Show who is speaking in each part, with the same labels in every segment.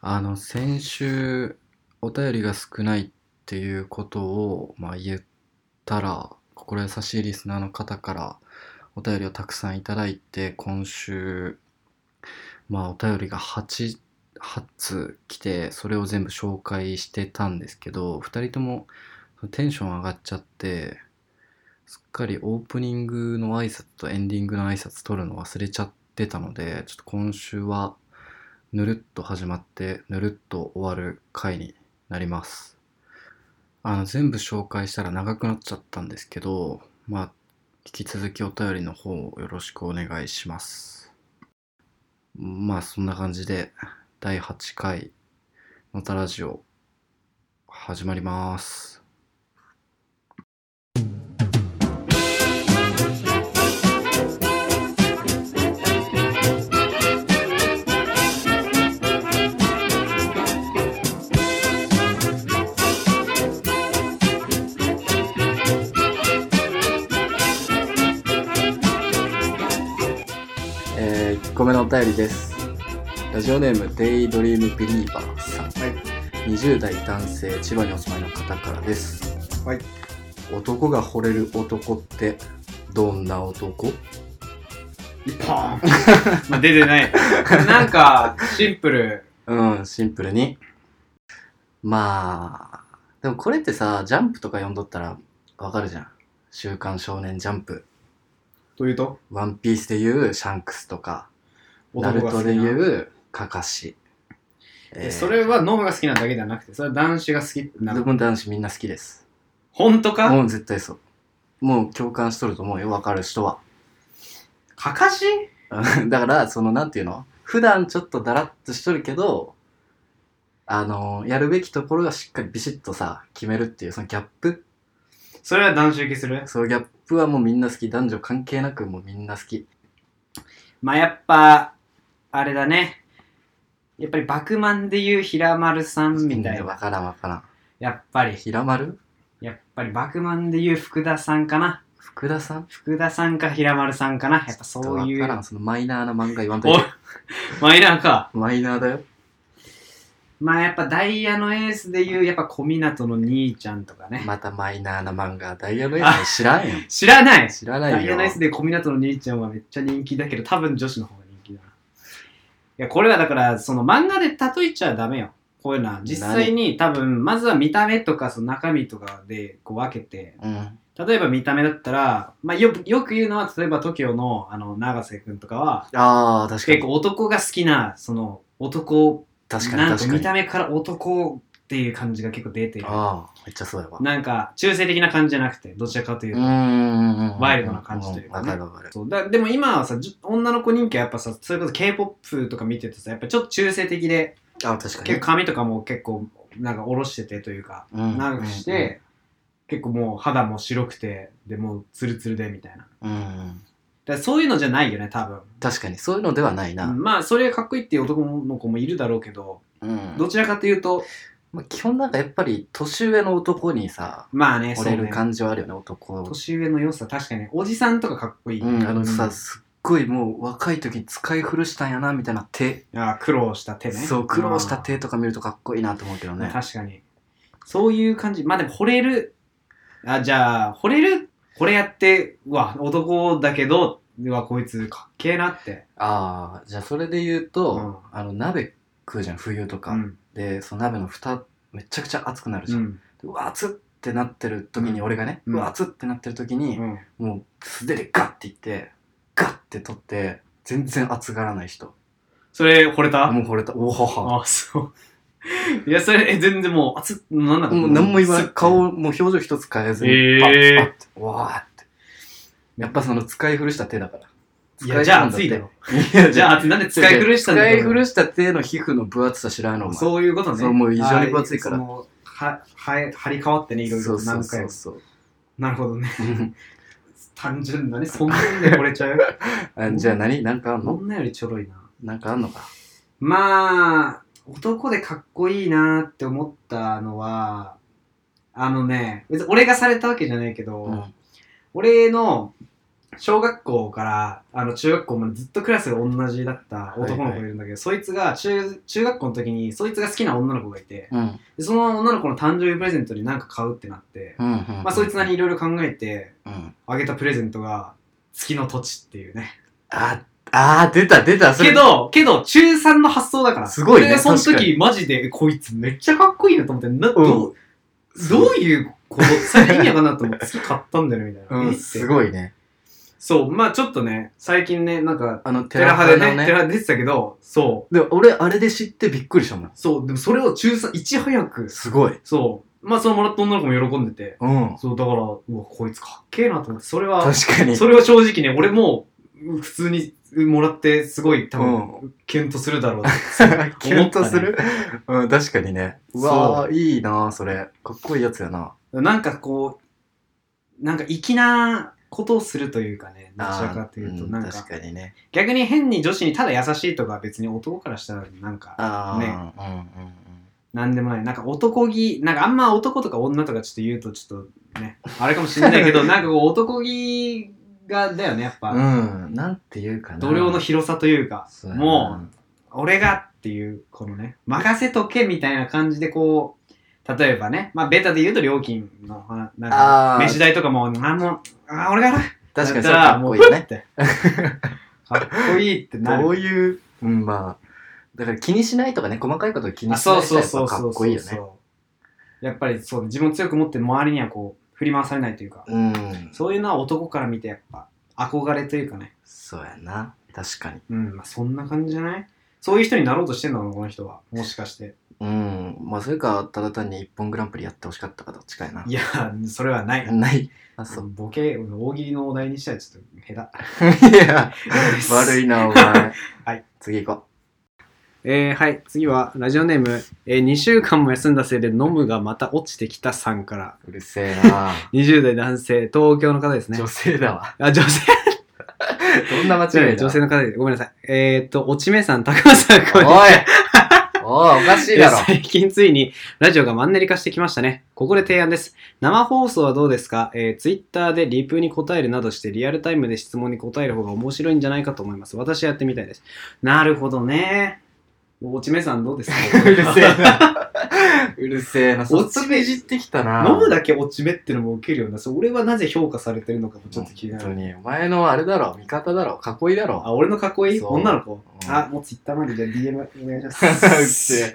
Speaker 1: あの、先週、お便りが少ないっていうことを、まあ、言ったら、心優しいリスナーの方からお便りをたくさんいただいて、今週、まあ、お便りが8、8つ来て、それを全部紹介してたんですけど、2人ともテンション上がっちゃって、すっかりオープニングの挨拶とエンディングの挨拶取るの忘れちゃってたので、ちょっと今週は、ぬるっと始まってぬるっと終わる回になりますあの全部紹介したら長くなっちゃったんですけどまあ引き続きお便りの方をよろしくお願いしますまあそんな感じで第8回のたラジオ始まりますえー、1個目のお便りですラジオネームデイドリームビリーバーさん、20代男性千葉にお住まいの方からです
Speaker 2: はい。
Speaker 1: 男が惚れる男ってどんな男
Speaker 2: パン
Speaker 3: まあ、出てない。なんか、シンプル。
Speaker 1: うんシンプルにまあでもこれってさジャンプとか読んどったらわかるじゃん「週刊少年ジャンプ
Speaker 2: というと」
Speaker 1: 「ワンピースでいうシャンクスとか「ナル
Speaker 2: 男が好
Speaker 1: ト
Speaker 2: き
Speaker 1: でい
Speaker 2: な。
Speaker 1: う「カカシ」え
Speaker 3: え
Speaker 1: ー
Speaker 3: それはノブが好きなだけじゃなくて、それは男子が好きな
Speaker 1: で
Speaker 3: の。
Speaker 1: も男子みんな好きです
Speaker 3: 本当か
Speaker 1: もう絶対そうもう共感しとると思うよわかる人は
Speaker 3: かかし
Speaker 1: うんだから、その、なんていうの普段ちょっとだらっとしとるけど、あのやるべきところがしっかりビシッとさ、決めるっていう、そのギャップ
Speaker 3: それは男子受けする
Speaker 1: そのギャップはもうみんな好き。男女関係なくもうみんな好き。
Speaker 3: まあ、やっぱ、あれだね。やっぱり、バクマンで言う平丸さんみたい
Speaker 1: わ
Speaker 3: な。
Speaker 1: からんわからん。
Speaker 3: やっぱり、
Speaker 1: 平丸
Speaker 3: やっぱり、バクマンで言う福田さんかな。
Speaker 1: 福田さん
Speaker 3: 福田さんか平丸さんかな。やっぱそうい
Speaker 1: わから。。
Speaker 3: うん
Speaker 1: そのマイナーな漫画言わんとい
Speaker 3: お
Speaker 1: て。
Speaker 3: マイナーか。
Speaker 1: マイナーだよ。
Speaker 3: まあ、やっぱダイヤのエースで言う、やっぱ小湊の兄ちゃんとかね。
Speaker 1: またマイナーな漫画。ダイヤのエース知らんよ。
Speaker 3: 知らない
Speaker 1: 知ら
Speaker 3: ダ
Speaker 1: ない
Speaker 3: イ
Speaker 1: よ
Speaker 3: ヤ。ナイスで小湊の兄ちゃんはめっちゃ人気だけど、多分女子の方が人気だな。いや、これはだから、その漫画で例えちゃダメよ。こういうのは。実際に多分、まずは見た目とか、その中身とかでこう分けて、
Speaker 1: うん。
Speaker 3: 例えば見た目だったら、まあよよく言うのは、例えば TOKIO のあの、永瀬くんとかは、
Speaker 1: ああ、確か
Speaker 3: 結
Speaker 1: に。
Speaker 3: 構男が好きな、その、男、
Speaker 1: 確か
Speaker 3: な
Speaker 1: に
Speaker 3: んか
Speaker 1: 確か
Speaker 3: 見
Speaker 1: に。あ
Speaker 3: た目から男っていう感じが結構出てる。
Speaker 1: あー、めっちゃそうやわ。
Speaker 3: なんか、中性的な感じじゃなくて、どちらかというう
Speaker 1: ー
Speaker 3: と。
Speaker 1: ん。
Speaker 3: ワイルドな感じというかね
Speaker 1: んわかるわかる。
Speaker 3: そうだでも今はさじゅ女の子人気はやっぱさそれこそ k p o p とか見てるとさやっぱちょっと中性的で
Speaker 1: ああ、確かに。
Speaker 3: 結構髪とかも結構なんか下ろしててというか長くして、結構もう肌も白くてでもうツルツルでみたいなだか
Speaker 1: うん、うん
Speaker 3: らそういうのじゃないよね多分、
Speaker 1: 確かにそういうのではないな、
Speaker 3: まあそれがかっこいいっていう男の子もいるだろうけど
Speaker 1: うん
Speaker 3: どちらかというと
Speaker 1: まあ、基本なんかやっぱり年上の男にさ
Speaker 3: まあね
Speaker 1: 惚
Speaker 3: そう
Speaker 1: れる
Speaker 3: ね
Speaker 1: 感じはあるよね男
Speaker 3: 年上の良さ確かにおじさんとかかっこいい、
Speaker 1: うんあのさ、
Speaker 3: うん
Speaker 1: すっごいもう若い時に使い古したんやなみたいな手、
Speaker 3: あ苦労した手ね
Speaker 1: そう苦労した手
Speaker 3: あ
Speaker 1: とか見るとかっこいいなと思うけど
Speaker 3: ー
Speaker 1: ね
Speaker 3: 確かにそういう感じまあでも惚れるあじゃあ惚れるこれやってうわ男だけどうわこいつかっけえなって
Speaker 1: ああじゃあそれで言うと、
Speaker 3: うん
Speaker 1: あの鍋食うじゃん冬とか、
Speaker 3: うん
Speaker 1: でその鍋の蓋めちゃくちゃ熱くなるじ
Speaker 3: う
Speaker 1: ゃん、
Speaker 3: ん
Speaker 1: うわ熱っってなってる時に、
Speaker 3: うん
Speaker 1: 俺がね、う
Speaker 3: うん
Speaker 1: わ熱っってなってる時に、
Speaker 3: うん
Speaker 1: もう素手でガッていってガッて取って全然熱がらない人
Speaker 3: それ惚れた
Speaker 1: もう惚れたおはは
Speaker 3: あそう いやそれえ全然もうあつなんだ
Speaker 1: もう何も言わな
Speaker 3: すっ
Speaker 1: い顔もう表情一つ変えずに
Speaker 3: えー
Speaker 1: パッパッてわーってやっぱその使い古した手だから
Speaker 3: いやじゃあ熱
Speaker 1: 使い
Speaker 3: い
Speaker 1: 古
Speaker 3: だ
Speaker 1: ん
Speaker 3: ろ
Speaker 1: っていや
Speaker 3: じゃあ熱いなんで使い古したんだ
Speaker 1: 使い
Speaker 3: けど
Speaker 1: 古した手の皮膚の分厚さ知らんのお前
Speaker 3: そういうことね
Speaker 1: そうもう異常に分厚いから
Speaker 3: あーそのはは張り替わってねいろい
Speaker 1: そ
Speaker 3: ろ
Speaker 1: うそう
Speaker 3: 何回
Speaker 1: そう
Speaker 3: も
Speaker 1: そう
Speaker 3: なるほどね
Speaker 1: うん
Speaker 3: 単純だねそんなんで惚れち ゃう
Speaker 1: あじゃあ何なんかあんの
Speaker 3: 女よりちょろいな
Speaker 1: なんかあんのか
Speaker 3: まあ、男でかっこいいなって思ったのは、あのね、別に俺がされたわけじゃないけど、
Speaker 1: うん
Speaker 3: 俺の小学校からあの中学校までずっとクラスが同じだった男の子がいるんだけど、そいつが中中学校の時にそいつが好きな女の子がいて
Speaker 1: うん。
Speaker 3: でその女の子の誕生日プレゼントに何か買うってなって、
Speaker 1: うん。
Speaker 3: まあ、そいつなりに
Speaker 1: に。
Speaker 3: いろいろ考えて
Speaker 1: うん。
Speaker 3: あげたプレゼントが月の土地っていうね
Speaker 1: あ、あー、出た、出た、それ
Speaker 3: けどけど中3の発想だから
Speaker 1: すごいね
Speaker 3: 俺がその
Speaker 1: 確か
Speaker 3: 時マジでこいつめっちゃかっこいいなと思ってな、どう
Speaker 1: そう
Speaker 3: どういうこと最近意味わかんなかったの月買ったんだよねみたいな、
Speaker 1: う
Speaker 3: え
Speaker 1: ん、
Speaker 3: って
Speaker 1: すごいね。
Speaker 3: そうまあちょっとね最近ねなんか
Speaker 1: あの、
Speaker 3: テラハでね、テ
Speaker 1: で
Speaker 3: ラハ出てたけど、そう。
Speaker 1: で、俺、あれで知ってびっくりしたもん。
Speaker 3: そう、でもそれを中3、いち早く、
Speaker 1: すごい。
Speaker 3: そう。まあ、そのもらった女の子も喜んでて、
Speaker 1: うん。
Speaker 3: そう、だから、うわ、こいつかっけえなと思って、それは、
Speaker 1: 確かに。
Speaker 3: それは正直ね、俺も、う普通にもらって、すごい、多分、キュンとするだろうな
Speaker 1: キュンとする、うん、確かにね。うわー、いいなーそれ。かっこいいやつやな。
Speaker 3: なんかこう、なんか粋なことをするというかね、どちらかというと、
Speaker 1: あーん
Speaker 3: なんか
Speaker 1: 確、かにね。
Speaker 3: 逆に変に女子にただ優しいとかは別に男からしたら、なんか、
Speaker 1: ああ、うんうん
Speaker 3: なんでもない。なんか男気、なんかあんま男とか女とかちょっと言うとちょっとね、あれかもしれな いけど、なんかこう男気がだよね、やっぱ。
Speaker 1: うん。うん、なんていうかな。
Speaker 3: 同僚の広さというか、
Speaker 1: そうやな
Speaker 3: も俺がっていう、このね、任せとけみたいな感じでこう、例えばね、まあベタで言うと料金の話、なんか
Speaker 1: あー
Speaker 3: 飯代とかも、あ、もう、あ、俺が払う
Speaker 1: 確かにそれ
Speaker 3: だった
Speaker 1: からっ
Speaker 3: も
Speaker 1: こ
Speaker 3: う、
Speaker 1: いいよ
Speaker 3: ふっ
Speaker 1: ね。
Speaker 3: て かっこいいってな
Speaker 1: ど
Speaker 3: る。
Speaker 1: ういう、うん、まあ、だから気にしないとかね、細かいことを気に
Speaker 3: あ
Speaker 1: しな
Speaker 3: そ
Speaker 1: いう人は
Speaker 3: そう
Speaker 1: やっぱ
Speaker 3: そうそ
Speaker 1: か
Speaker 3: うそう
Speaker 1: っこいいよね。
Speaker 3: やっぱりそう、自分を強く持って周りにはこう、振り回されないというか。
Speaker 1: うん。
Speaker 3: そういうのは男から見てやっぱ憧れというかね。
Speaker 1: そうやな。確かに。
Speaker 3: うん、まあ、そんな感じじゃないそういう人になろうとしてんのかなこの人は。もしかして。
Speaker 1: うん。まあ、それか、ただ単に一本グランプリやってほしかったかどっちかやな。
Speaker 3: いや、それはない。
Speaker 1: ない。あ、そう。
Speaker 3: ボケ、大喜利のお題にしたらちょっと下手。
Speaker 1: いや、 悪いな、お前。
Speaker 3: はい。
Speaker 1: 次行こ
Speaker 3: えー、はい、次はラジオネーム、えー、2週間も休んだせいで飲むがまた落ちてきたさんから、
Speaker 1: う。うるせえ な。
Speaker 3: 20代男性、東京の方ですね
Speaker 1: 女。性だわ。
Speaker 3: あ、女性、
Speaker 1: どんな間違いだ。
Speaker 3: 女性の方で、ごめんなさい。えー、っと、おちめさん、高橋さん、こんにちは
Speaker 1: お いおい、おかしいだろ
Speaker 3: え。最近ついにラジオがマンネリ化してきましたね。ここで提案です。生放送はどうですか、えー、?Twitter でリプに答えるなどしてリアルタイムで質問に答える方が面白いんじゃないかと思います。私やってみたいです。なるほどね。おちめさんどうですか
Speaker 1: うるせえな。 うるせえな。そっちいじってきたな。
Speaker 3: 飲むだけおちめってのも受けるような、そう俺はなぜ評価されてるのかもちょっと気にな
Speaker 1: 本
Speaker 3: る。
Speaker 1: 当に。お前のあれだろ、味方だろ、囲いだろ。
Speaker 3: あ、俺の囲い
Speaker 1: そう
Speaker 3: 女の子、
Speaker 1: うん
Speaker 3: あ、もう Twitter までじゃあ DM お願いしま
Speaker 1: うっせ
Speaker 3: す。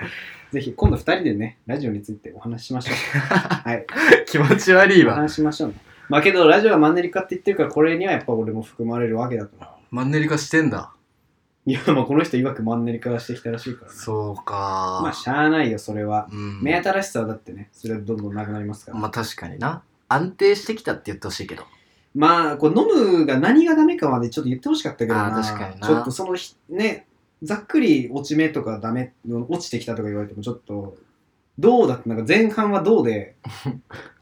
Speaker 3: ぜひ今度2人でね、ラジオについてお話ししましょう。はい。
Speaker 1: え 気持ち悪いわ。
Speaker 3: 話しましょうね。まあけど、ラジオはマンネリ化って言ってるから、これにはやっぱ俺も含まれるわけだから。
Speaker 1: マンネリ化してんだ。
Speaker 3: いや、まあこの人曰くマンネリ化してきたらしいから、ね。
Speaker 1: そう
Speaker 3: まあ
Speaker 1: か。
Speaker 3: しゃあないよ、それは。
Speaker 1: うん。
Speaker 3: 目新しさはだってね、それはどんどんなくなりますから。
Speaker 1: まあ確かにな。安定してきたって言ってほしいけど。
Speaker 3: まあ、こう飲むが何がダメかまでちょっと言ってほしかったけどな。
Speaker 1: あー確かにな
Speaker 3: ちょっとそのひ、ね、ざっくり落ち目とかダメ、落ちてきたとか言われてもちょっと、どうだって、なんか前半はどうで、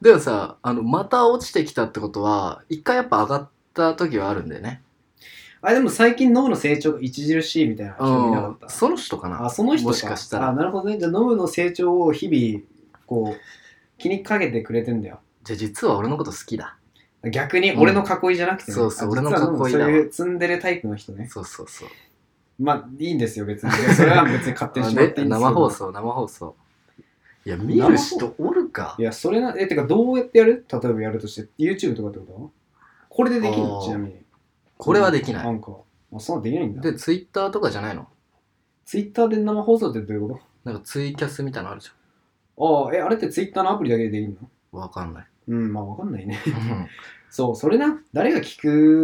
Speaker 1: でもさ、あの、また落ちてきたってことは、一回やっぱ上がった時はあるんだよね。
Speaker 3: あ、でも最近脳の成長が著しいみたいな人見なかった。
Speaker 1: その人かな。
Speaker 3: あ、その人か。
Speaker 1: もしかしたら
Speaker 3: あ、なるほどね。じゃあ、ノブの成長を日々、こう、気にかけてくれてんだよ。
Speaker 1: じゃあ実は俺のこと好きだ。
Speaker 3: 逆に、
Speaker 1: うん
Speaker 3: 俺の囲いじゃなくてね、
Speaker 1: そうそう
Speaker 3: あ
Speaker 1: 俺の
Speaker 3: 実はノブ
Speaker 1: 囲いだわ
Speaker 3: そういうツンデレタイプの 人ね。
Speaker 1: そうそうそう。
Speaker 3: まあ、いいんですよ、別に。いやそれは別に勝手にしまっていいんですけど。
Speaker 1: 生放。送生放送いや見る人おるか
Speaker 3: いや、それな、え、てか、どうやってやる例えばやるとして、YouTube とかってことこれでできるの
Speaker 1: あー
Speaker 3: ちなみに。
Speaker 1: これはできな
Speaker 3: ないんか、あ、そんなできないんだ。
Speaker 1: でツイッターとかじゃないの
Speaker 3: Twitter で生放送ってどういうこ
Speaker 1: なんかツイキャスみたいなのあるじ
Speaker 3: とああ、え、あれって Twitter のアプリだけでできるの
Speaker 1: ゃんわかん ない
Speaker 3: うん、まあ、わかんないね。
Speaker 1: うん
Speaker 3: そう、それな、誰が聞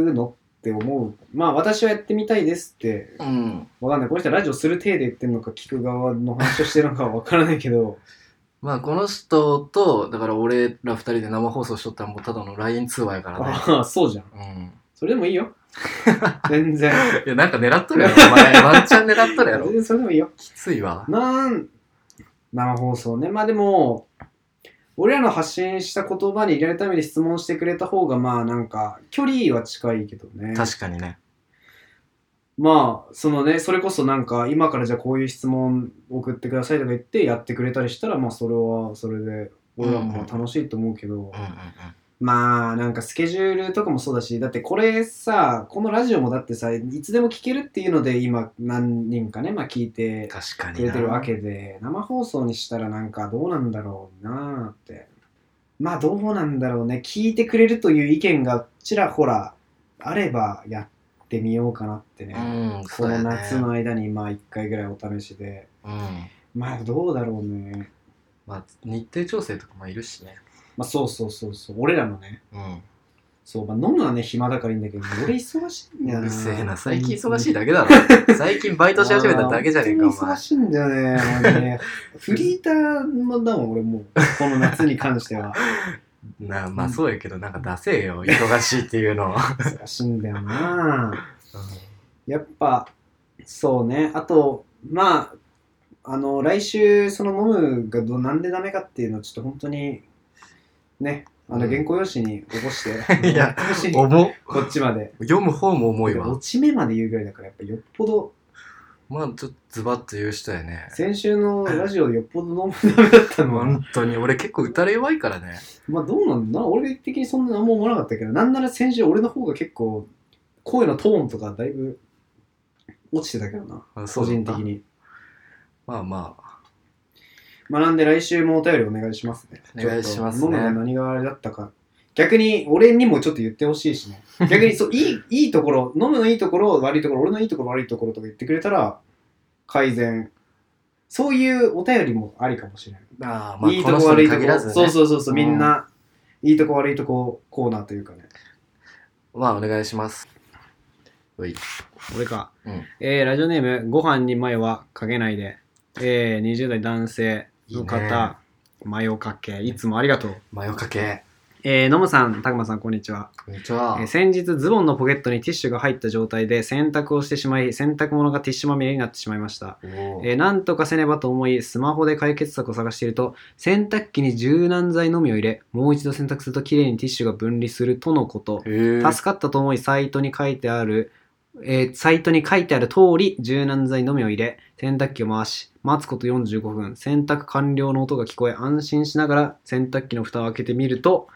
Speaker 3: くのって思う。まあ、私はやってみたいですって、
Speaker 1: うん
Speaker 3: わかんない。この人ラジオする体で言ってんのか、聞く側の話をしてるのかはわからないけど、
Speaker 1: まあこの人とだから俺ら二人で生放送しとったらもうただの LINE 通話やからね
Speaker 3: ああ、そうじゃん。
Speaker 1: うん
Speaker 3: それでもい いよ。全然。
Speaker 1: いやなんか狙っとるやろお前ワンチャン狙っとるや
Speaker 3: 全
Speaker 1: ろ
Speaker 3: 然それでもいいよ。
Speaker 1: きついわ
Speaker 3: なん、生放送ね。まあでも、俺らの発信した言葉に入れるために質問してくれた方が、まあなんか、距離は近いけどね。
Speaker 1: 確かにね
Speaker 3: まあそのねそれこそなんか今からじゃあこういう質問送ってくださいとか言ってやってくれたりしたらまあそれはそれで俺はもう楽しいと思うけど、
Speaker 1: うんうん
Speaker 3: まあなんかスケジュールとかもそうだしだってこれさこのラジオもだってさいつでも聞けるっていうので今何人かね、まあ、聞いて
Speaker 1: 確か
Speaker 3: くれてるわけで生放送にしたらなんかどうなんだろうなーってまあどうなんだろうね聞いてくれるという意見がちらほらあればやってみようかなってね、
Speaker 1: うん、
Speaker 3: こ
Speaker 1: そう
Speaker 3: の
Speaker 1: やね
Speaker 3: 夏の間にまあ1回ぐらいお試しで
Speaker 1: うん。
Speaker 3: まあどうだろうね
Speaker 1: まあ、日程調整とかもいるしね。
Speaker 3: まあそうそうそうそう俺らのね
Speaker 1: うん。
Speaker 3: そう、まあ、飲むはね、暇だからいいんだけど、俺忙しいんだよ
Speaker 1: う
Speaker 3: な。
Speaker 1: るせえな、最近忙しい
Speaker 3: だ
Speaker 1: だけだろ。最近バイトし始めただけじゃねえか、お前
Speaker 3: 忙。しいんだよね。もう ねフリーターもだもん、俺もう。この夏に関しては。
Speaker 1: なあまあそうやけど、なんか出せえよ、忙しいっていうのを。
Speaker 3: 忙しいんだよな。やっぱ、そうね。あと、まあ、あの、来週、その飲むがどなんでダメかっていうのを、ちょっと本当に、ね、あの、
Speaker 1: うん
Speaker 3: 原稿用紙に起こして、
Speaker 1: いや
Speaker 3: 起こし
Speaker 1: 重っ
Speaker 3: こっちまで。
Speaker 1: 読む方も重いわ
Speaker 3: 落。ち目まで言うぐらいだから、やっぱよっぽど、
Speaker 1: まあ、ちょっとズバッと言う人やね。
Speaker 3: 先週のラジオでよっぽど飲むダメだったのは
Speaker 1: 本当に、俺結構打たれ弱いからね。
Speaker 3: まあどうなんだ俺的にそんな何も思わなかったけど、なんなら先週俺の方が結構、声のトーンとかだいぶ落ちてたけどな、
Speaker 1: あそ
Speaker 3: 個
Speaker 1: うだっ
Speaker 3: 人
Speaker 1: た
Speaker 3: 的に。
Speaker 1: まあまあ。
Speaker 3: まあなんで来週もお便りお願いしますね。
Speaker 1: お願いしますね
Speaker 3: ちょっと飲むのが何があれだったか。逆に俺にもちょっと言ってほしい しね。逆にそういいいいところ、飲むのいいところ、悪いところ、俺のいいところ、悪いところとか言ってくれたら改善。そういうお便りもありかもしれない。
Speaker 1: ああまあ、
Speaker 3: いい
Speaker 1: ことの
Speaker 3: こ
Speaker 1: 人
Speaker 3: 悪
Speaker 1: に
Speaker 3: いとこ
Speaker 1: 限らずね。
Speaker 3: そうそうそうそう、
Speaker 1: うん
Speaker 3: みんないいとこ悪いとこコーナーというかね
Speaker 1: まあ、お願いします。うい。
Speaker 3: 俺か、
Speaker 1: うん
Speaker 3: えーラジオネームご飯にマヨはかけないで、えー、20代男性の方
Speaker 1: いいね
Speaker 3: マヨかけいつもありがとう
Speaker 1: マヨかけ。
Speaker 3: えー、のむさん、たくまさん、こんにちは、
Speaker 1: こんにちは
Speaker 3: えー。先日、ズボンのポケットにティッシュが入った状態で洗濯をしてしまい、洗濯物がティッシュまみれになってしまいました。
Speaker 1: おー
Speaker 3: えーなんとかせねばと思いスマホで解決策を探していると洗濯機に柔軟剤のみを入れもう一度洗濯するときれいにティッシュが分離するとのこと
Speaker 1: へえ
Speaker 3: 助かったと思いサイトに書いてある、えーサイトに書いてある通り柔軟剤のみを入れ洗濯機を回し待つこと45分洗濯完了の音が聞こえ安心しながら洗濯機の蓋を開けてみると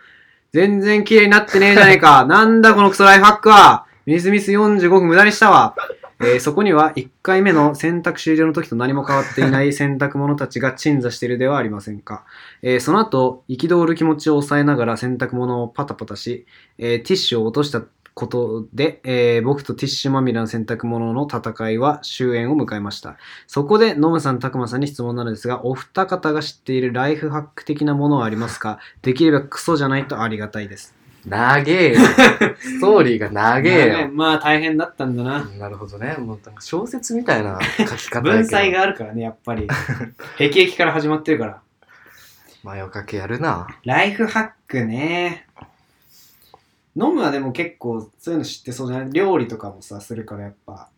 Speaker 3: 全然綺麗になってねえじゃねえかなんだこのクソライフハックはミスミス45分無駄にしたわえーそこには1回目の洗濯終了の時と何も変わっていない 洗濯物たちが鎮座しているではありませんか、えーその後憤る気持ちを抑えながら洗濯物をパタパタし、えーティッシュを落としたことで、えー僕とティッシュまみれの洗濯物の戦いは終焉を迎えましたそこでノムさんたくまさんに質問なのですがお二方が知っているライフハック的なものはありますかできればクソじゃないとありがたいです
Speaker 1: 長 えよ。ストーリーが長えよ。
Speaker 3: まあ大変だったんだな
Speaker 1: なるほどね。もうなんか小説みたいな書き 方やけど。
Speaker 3: 文才があるからねやっ ぱりへきへきから始まってるから
Speaker 1: マヨかけやるな。
Speaker 3: ライフハックね飲むはでも結構そういうの知ってそうじゃない料理とかもさするからやっぱ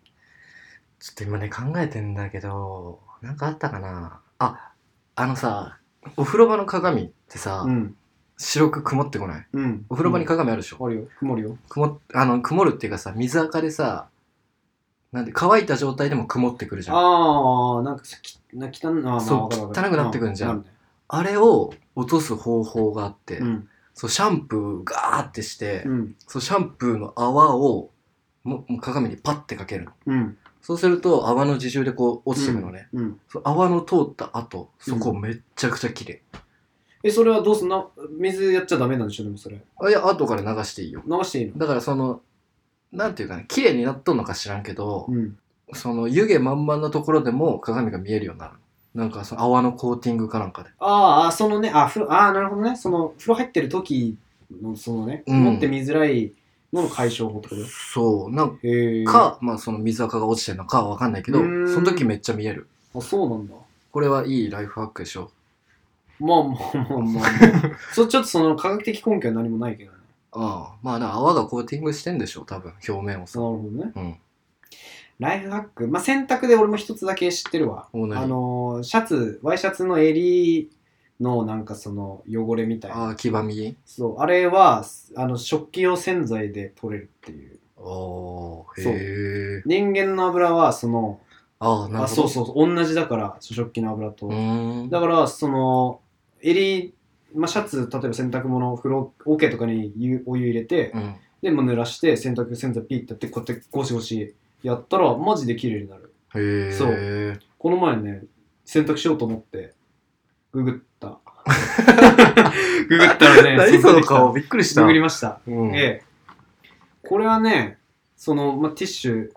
Speaker 1: ちょっと今ね、考えてんだけど、なんかあったかな。あ、あのさ、お風呂場の鏡ってさ、
Speaker 3: うん
Speaker 1: 白く曇ってこない。
Speaker 3: うん
Speaker 1: お風呂場に鏡あるでしょ、
Speaker 3: 曇るよ曇るよ
Speaker 1: 曇あの曇るっていうかさ、水垢でさ、なんで乾いた状態でも曇ってくるじゃん。あ
Speaker 3: ああなんかさきな汚な
Speaker 1: そう
Speaker 3: わかるわか
Speaker 1: 汚くなってくんじゃん
Speaker 3: う
Speaker 1: れを落とす方法があって、
Speaker 3: うん
Speaker 1: そうシャンプーガーってして、
Speaker 3: うん
Speaker 1: そうシャンプーの泡をももう鏡にパッてかけるの。
Speaker 3: うん
Speaker 1: そうすると泡の自重でこう落ちてくのね。
Speaker 3: うん
Speaker 1: そう泡の通った後、そこめっちゃくちゃ綺麗。
Speaker 3: えそれはどうすんの水やっちゃダメなんでしょでもそれ
Speaker 1: あいや、後から流していいよ。
Speaker 3: 流していいの
Speaker 1: だからその、なんていうかね、綺麗になっとんのか知らんけど、
Speaker 3: うん
Speaker 1: その湯気満々なところでも鏡が見えるようになる。なんかその泡のコーティングかなんかで。
Speaker 3: あーあーそのねあ風呂あーなるほどねその風呂入ってる時のそのね、
Speaker 1: うん
Speaker 3: 持って見づらいのの解消法ってこと
Speaker 1: そう、なん
Speaker 3: へえ
Speaker 1: か、まあその水垢が落ちてるのかはわかんないけど、
Speaker 3: う
Speaker 1: そ
Speaker 3: ーん
Speaker 1: の時めっちゃ見える。
Speaker 3: あそうなんだ
Speaker 1: これはいいライフハックでしょ。
Speaker 3: まあまあまあ まあ、そうちょっとその科学的根拠は何もないけどね。
Speaker 1: ああ、まあな泡がコーティングしてんでしょ、多分、表面を
Speaker 3: な
Speaker 1: さ。
Speaker 3: るほどね。
Speaker 1: うん。
Speaker 3: ライフハック。まあ洗濯で俺も一つだけ知ってるわ。
Speaker 1: お何
Speaker 3: あのー、シャツ、ワイシャツの襟のなんかその汚れみたいな。
Speaker 1: ああ、黄ばみ
Speaker 3: そう、あれは、あの、食器用洗剤で取れるっていう。
Speaker 1: おー、
Speaker 3: そう
Speaker 1: へえ。
Speaker 3: 人間の油はその、
Speaker 1: ああ、なるほど。
Speaker 3: あ、そうそうそう、同じだから、食器の油と。
Speaker 1: うーん。
Speaker 3: だから、その、襟まあ、シャツ例えば洗濯物風呂桶とかに湯お湯入れて、
Speaker 1: うん。
Speaker 3: でもう濡らして洗濯洗剤ピッてやってこうやってゴシゴシやったらマジで綺麗になる
Speaker 1: へえ。。
Speaker 3: そうこの前ね洗濯しようと思ってググったググった らね
Speaker 1: 何そ
Speaker 3: 出
Speaker 1: の
Speaker 3: てきた
Speaker 1: 顔びっくりした。
Speaker 3: ググりました
Speaker 1: うん。
Speaker 3: ええ、これはね、その、まあ、ティッシュ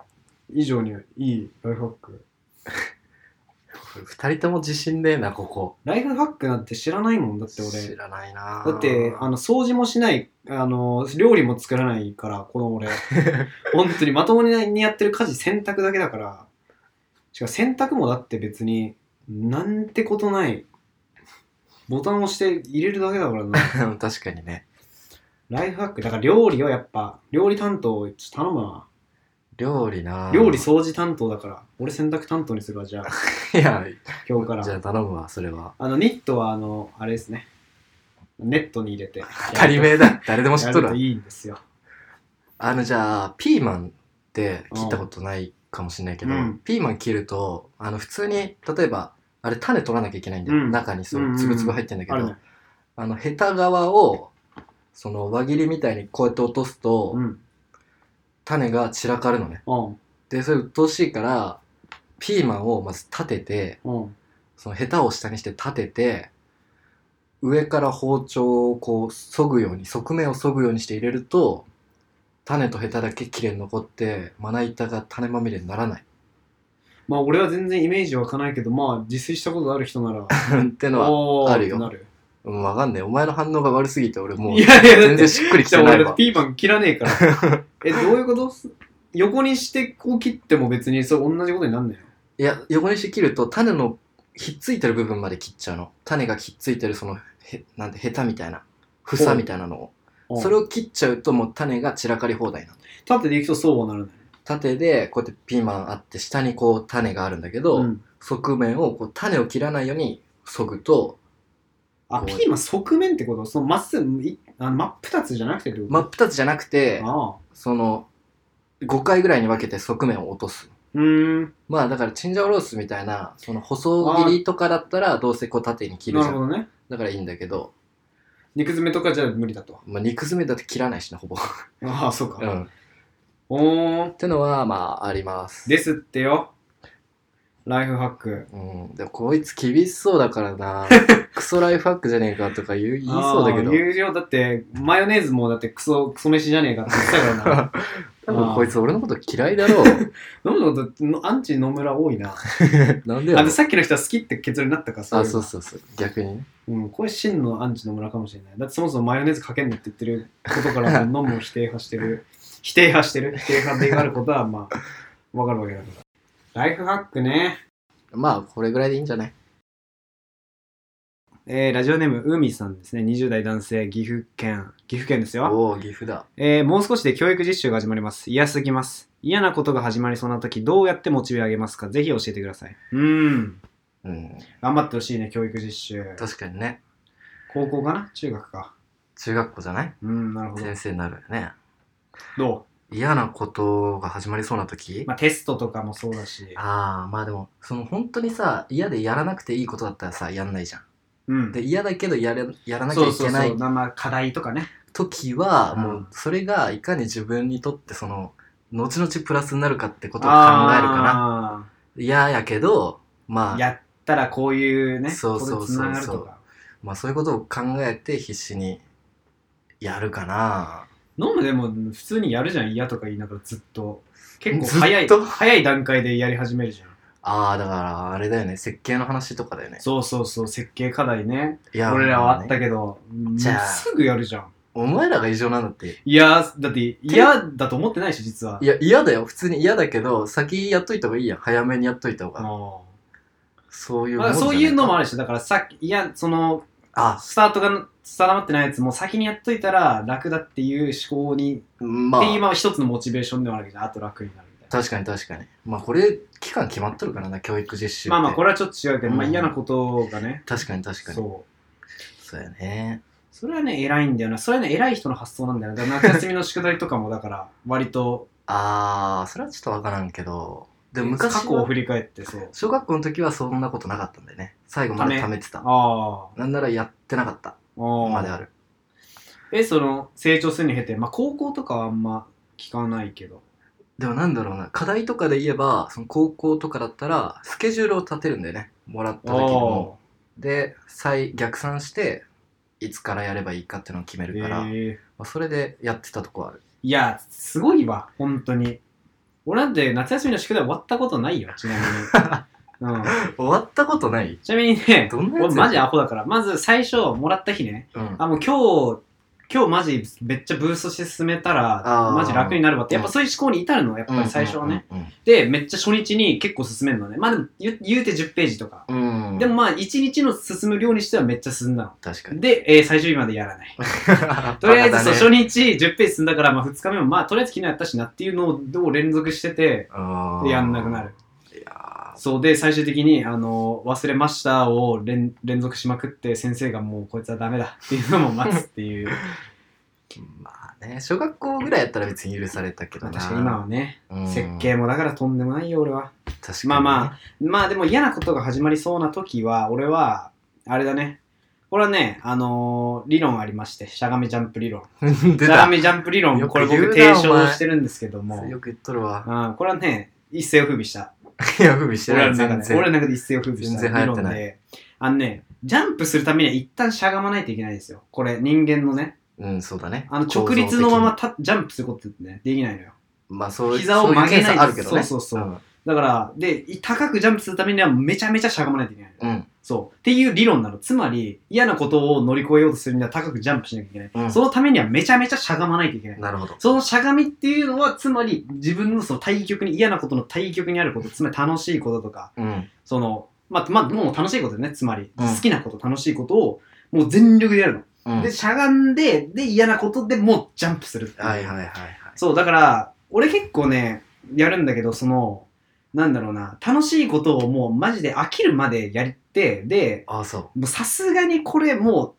Speaker 3: 以上にいいライフハック。
Speaker 1: 二人とも自信ねえな、ここ。
Speaker 3: ライフハックなんて知らないもんだっ
Speaker 1: 知
Speaker 3: て俺。
Speaker 1: らないな。
Speaker 3: だって、あの、掃除もしない、あの、料理も作らないから、この 俺。本当にまともにやってる家事、洗濯だけだから。しかも洗濯もだって別に、なんてことない。ボタンを押して入れるだけだからな。
Speaker 1: うん確かにね。
Speaker 3: ライフハック。だから料理をやっぱ、料理担当、ちょっと頼むわ。
Speaker 1: 料理な。
Speaker 3: 料理掃除担当だから俺洗濯担当にするわじゃあ
Speaker 1: いや、
Speaker 3: 今日か ら
Speaker 1: じゃあ頼むわ、それは。
Speaker 3: あのニットはあのあれですねネットに入れて
Speaker 1: 当たり前だ。誰でも知
Speaker 3: や
Speaker 1: っ
Speaker 3: る
Speaker 1: と
Speaker 3: と
Speaker 1: るわ。
Speaker 3: いいんですよ
Speaker 1: あの、じゃあ、ピーマンって切ったことないかもしれないけど、
Speaker 3: うん
Speaker 1: ピーマン切ると、あの、普通に、例えば、あれ種取らなきゃいけないんだ
Speaker 3: う
Speaker 1: よ。
Speaker 3: ん
Speaker 1: 中にそうう、
Speaker 3: ん
Speaker 1: つぶつぶ入ってんだけ
Speaker 3: あ
Speaker 1: ど、
Speaker 3: るね
Speaker 1: あの、ヘタ側を、その、輪切りみたいにこうやって落とすと、
Speaker 3: うん
Speaker 1: 種が散らかるのね。
Speaker 3: うん
Speaker 1: で、それ鬱陶しいから、ピーマンをまず立てて、
Speaker 3: うん
Speaker 1: そのヘタを下にして立てて、上から包丁をこう、削ぐように、側面を削ぐようにして入れると、種とヘタだけ綺麗に残って、まな板が種まみれにならない。
Speaker 3: まあ俺は全然イメージ湧かないけどまあ自炊したことある人 なら
Speaker 1: ってのは、
Speaker 3: おー
Speaker 1: あるよ
Speaker 3: ってなる
Speaker 1: うんわかんない。お前の反応が悪すぎて、俺もう
Speaker 3: い、やいやだ
Speaker 1: 全
Speaker 3: っ
Speaker 1: 然
Speaker 3: て
Speaker 1: しっくりき
Speaker 3: じ
Speaker 1: て
Speaker 3: ゃあ
Speaker 1: ない
Speaker 3: 俺
Speaker 1: わ。
Speaker 3: ピーマン切らねえから えどういうこと横にしてこう切っても別にそれ同じことになんないよ
Speaker 1: いや、横にして切ると、種のひっついてる部分まで切っちゃうの。種がひっついてる、その、へなんて、ヘタみたいな、房みたいなのを。
Speaker 3: うん
Speaker 1: それを切っちゃうと、もう種が散らかり放題なの。
Speaker 3: 立ってでいくとそうはならない
Speaker 1: 縦で、こうやってピーマンあって、下にこう種があるんだけど、
Speaker 3: ん、
Speaker 1: 側面をこう種を切らないように削ぐと、
Speaker 3: あ
Speaker 1: こう
Speaker 3: ピーマン側面ってことそのまっすぐいあの真っ二つじゃなくてってこと
Speaker 1: 真っ二つじゃなくて、
Speaker 3: ああ。
Speaker 1: その、5回ぐらいに分けて側面を落とす。
Speaker 3: うーん。
Speaker 1: まあだから、チンジャオロースみたいな、その細切りとかだったら、どうせこう縦に切る
Speaker 3: な
Speaker 1: じ
Speaker 3: る
Speaker 1: ゃ
Speaker 3: ほ
Speaker 1: ん。
Speaker 3: どね。
Speaker 1: だからいいんだけど、
Speaker 3: 肉詰めとかじゃ無理だと。
Speaker 1: まあ肉詰めだって切らないしな、ほぼ。
Speaker 3: ああ、そうか。
Speaker 1: うん。っ
Speaker 3: おーん。
Speaker 1: てのは、まあ、あります。
Speaker 3: ですってよ。ライフハック。
Speaker 1: うん。でも、こいつ厳しそうだから な。クソライフハックじゃねえかとか言う言いそうだけど
Speaker 3: あー。有料だって、マヨネーズもだってクソ、クソ飯じゃねえかって言ってたから な。
Speaker 1: 多分こいつ俺のこと嫌いだろう。
Speaker 3: 飲むことの、アンチ野村多いな。
Speaker 1: なんでや
Speaker 3: あ
Speaker 1: ろ
Speaker 3: の、さっきの人は好きって結論になったから
Speaker 1: あ、そう
Speaker 3: そ
Speaker 1: そうそう。逆にね。
Speaker 3: う。うん、これ真のアンチ野村かもしれない。だってそもそもマヨネーズかけんなって言ってることから、飲むを否定派して る。否定派してる。否定派であることは、まあ、わかるわけだから。ライフハックね。
Speaker 1: まあ、これぐらいでいいんじゃない
Speaker 3: えーラジオネーム、海さんですね。20代男性、岐阜県。岐阜県ですよ。
Speaker 1: おお、岐阜だ。
Speaker 3: えーもう少しで教育実習が始まります。嫌すぎます。嫌なことが始まりそうな時、どうやってモチベ上げますかぜひ教えてください。うーん。
Speaker 1: うん。
Speaker 3: 頑張ってほしいね、教育実習。
Speaker 1: 確かにね。
Speaker 3: 高校かな中学か。
Speaker 1: 中学校じゃない
Speaker 3: うん、なるほど。
Speaker 1: 先生になるよね。
Speaker 3: ど
Speaker 1: 嫌なことが始まりそうな時、
Speaker 3: うまあ、テストとかもそうだし。
Speaker 1: ああ、まあでも、その本当にさ、嫌でやらなくていいことだったらさ、やんないじゃん。
Speaker 3: うん。
Speaker 1: で、嫌だけどやれやらなきゃ
Speaker 3: そう
Speaker 1: い
Speaker 3: そ
Speaker 1: け
Speaker 3: う
Speaker 1: な
Speaker 3: そ。
Speaker 1: いう
Speaker 3: まあまあ、課題とかね。
Speaker 1: 時は、
Speaker 3: うん
Speaker 1: もう、それがいかに自分にとって、その、後々プラスになるかってことを考えるかな。
Speaker 3: あ
Speaker 1: 嫌やけど、ま
Speaker 3: あ
Speaker 1: あ、
Speaker 3: やったらこういうね、
Speaker 1: そうそうそうそう
Speaker 3: これ繋がるとか。
Speaker 1: まあそういうことを考えて必死にやるかな。
Speaker 3: 飲むでも普通にやるじゃん嫌とか言いながらずっと結
Speaker 1: ずっと
Speaker 3: 構早い早い段階でやり始めるじゃん
Speaker 1: ああ、だから、あれだよね。設計の話とかだよね。
Speaker 3: そうそうそう設計課題ね
Speaker 1: いや、
Speaker 3: 俺らはあっ
Speaker 1: もうね
Speaker 3: たけど、うん
Speaker 1: じゃあ
Speaker 3: すぐやるじゃん
Speaker 1: お前らが異常なんだって。
Speaker 3: いやーだって嫌だと思ってないし実はい
Speaker 1: や、嫌だよ。普通に嫌だけど、先やっといた方がいいやん。早めにやっといた方
Speaker 3: あ
Speaker 1: が。
Speaker 3: の
Speaker 1: そういう
Speaker 3: まあそういうのもあ
Speaker 1: る。
Speaker 3: るしだからさっきいやその
Speaker 1: あ、
Speaker 3: スタートが定まってないやつも先にやっといたら楽だっていう思考に、
Speaker 1: ま
Speaker 3: って
Speaker 1: あ、
Speaker 3: 今一つのモチベーションではあるけどあと楽になるみたいな
Speaker 1: 確かに確かに。まあこれ、期間決まっとるからな、教育実習って。
Speaker 3: まあまあこ
Speaker 1: れ。
Speaker 3: れはちょっと違うけど、まあ
Speaker 1: うん
Speaker 3: 嫌なことがね
Speaker 1: 確かに確かに。そう
Speaker 3: そう
Speaker 1: やね。
Speaker 3: それはね、偉いんだよな。それはね、偉い人の発想なんだよな。だから夏休みの宿題とかも、だから、割と、
Speaker 1: ああ、それはちょっとわからんけど。でも
Speaker 3: 過
Speaker 1: 昔
Speaker 3: 去を
Speaker 1: は
Speaker 3: 振、り返っ て、そう。
Speaker 1: 小学校の時はそんなことなかったんだよね。最後まで
Speaker 3: た
Speaker 1: 貯めてた。
Speaker 3: ああ。
Speaker 1: なんならやってなかった。まで
Speaker 3: あ
Speaker 1: あ
Speaker 3: あ。
Speaker 1: る。
Speaker 3: え、その、成長するに経て、まあ、高校とかはあんま聞かないけど。
Speaker 1: でもなんだろうな、課題とかで言えば、その高校とかだったら、スケジュールを立てるんだよね。もらった時の。で、再逆算して、いつからやればいいかっていうのを決め
Speaker 3: あ
Speaker 1: る
Speaker 3: ー
Speaker 1: から、
Speaker 3: えー
Speaker 1: まあ、それでやってたとこある。
Speaker 3: いや、すごいわ、本当に。俺なんて夏休みの宿題終わったことないよ、ちな みに。うん、
Speaker 1: 終わったことない
Speaker 3: ちなみにね、
Speaker 1: どんなや
Speaker 3: 俺
Speaker 1: つ
Speaker 3: マジアホだから、まず最初もらった日ね、
Speaker 1: うん。
Speaker 3: あ、もう今日、今日マジめっちゃブーストして進めた
Speaker 1: あ
Speaker 3: ら
Speaker 1: ー、
Speaker 3: マジ楽になるわって、やっぱ
Speaker 1: うん
Speaker 3: そういう思考に至るの、やっぱり最初はね。
Speaker 1: うん。
Speaker 3: で、めっちゃ初日に結構進めるのね。まあでも言言うて10ページとか。
Speaker 1: うんうん、うん
Speaker 3: でも、まあ1日の進む量にしてはめっちゃ進んだの。
Speaker 1: 確かに。
Speaker 3: で、えー最終日までやらない。 とりあえず、そう初日10ページ進んだから、まあ、2日目も、まあ、とりあえず昨日やったしなっていうのをどう連続してて、でやんなくな
Speaker 1: る。
Speaker 3: る。
Speaker 1: いや
Speaker 3: そうで、最終的に、あの、忘れましたを連連続しまくって、先生がもうこいつはダメだっていうのも待つっ ていう。
Speaker 1: ーまあね、小学校ぐらいやったら別に許されたけど
Speaker 3: まあ
Speaker 1: な。
Speaker 3: 確かに今はね、
Speaker 1: うん
Speaker 3: 設計もだからとんでもないよ、俺は。
Speaker 1: 確かにね、
Speaker 3: まあままあでも嫌なことが始まりそうな時は、俺は、あれだね。これはね、あのー理論ありまして、しゃがみジャンプ理論。
Speaker 1: あ。
Speaker 3: し
Speaker 1: 出
Speaker 3: ゃが
Speaker 1: た。
Speaker 3: みジャンプ理論、
Speaker 1: よ
Speaker 3: こ
Speaker 1: く
Speaker 3: れ
Speaker 1: 言うな
Speaker 3: 僕提
Speaker 1: お
Speaker 3: 唱
Speaker 1: 前
Speaker 3: してるんですけども。
Speaker 1: よく言っとるわ。
Speaker 3: うん、これはね、一世を風靡した。
Speaker 1: いや、ふみしてな
Speaker 3: 俺
Speaker 1: い。
Speaker 3: の中
Speaker 1: 全
Speaker 3: で、俺
Speaker 1: 然。
Speaker 3: の中で一世を風靡した。
Speaker 1: 全然流行ってない
Speaker 3: 理論で。あのね、ジャンプするためには一旦しゃがまないといけないですよ。これ、人間のね、
Speaker 1: うん、そうだね。
Speaker 3: あの直立のま
Speaker 1: 構
Speaker 3: ま
Speaker 1: 造的に。
Speaker 3: たジャンプすることってね、できないのよ。
Speaker 1: まあ、そういう
Speaker 3: 膝を曲げない
Speaker 1: そうう検査あるけどね。
Speaker 3: そうそうそう
Speaker 1: うん。
Speaker 3: だから、で、高くジャンプするためにはめちゃめちゃしゃがまないといけないのよ。
Speaker 1: うん。
Speaker 3: そう。っていう理論なの。つまり、嫌なことを乗り越えようとするには高くジャンプしなきゃいけない。
Speaker 1: うん
Speaker 3: そのためにはめちゃめちゃしゃがまないといけない。
Speaker 1: なるほど。
Speaker 3: そのしゃがみっていうのは、つまり自分のその対極に、嫌なことの対極にあること、つまり楽しいこととか、
Speaker 1: うん。
Speaker 3: その、まあ、まあ、もう楽しいことね、つまり、
Speaker 1: うん
Speaker 3: 好きなこと、楽しいことを、もう全力でやるの。
Speaker 1: うん
Speaker 3: で、しゃがんで、で、嫌なことでもうジャンプするっていう
Speaker 1: はいはいはいはい。
Speaker 3: そう、だから、俺結構ね、やるんだけど、その、なんだろうな、楽しいことをもうマジで飽きるまでやりて、で、
Speaker 1: ああ、そ
Speaker 3: もうさすがにこれも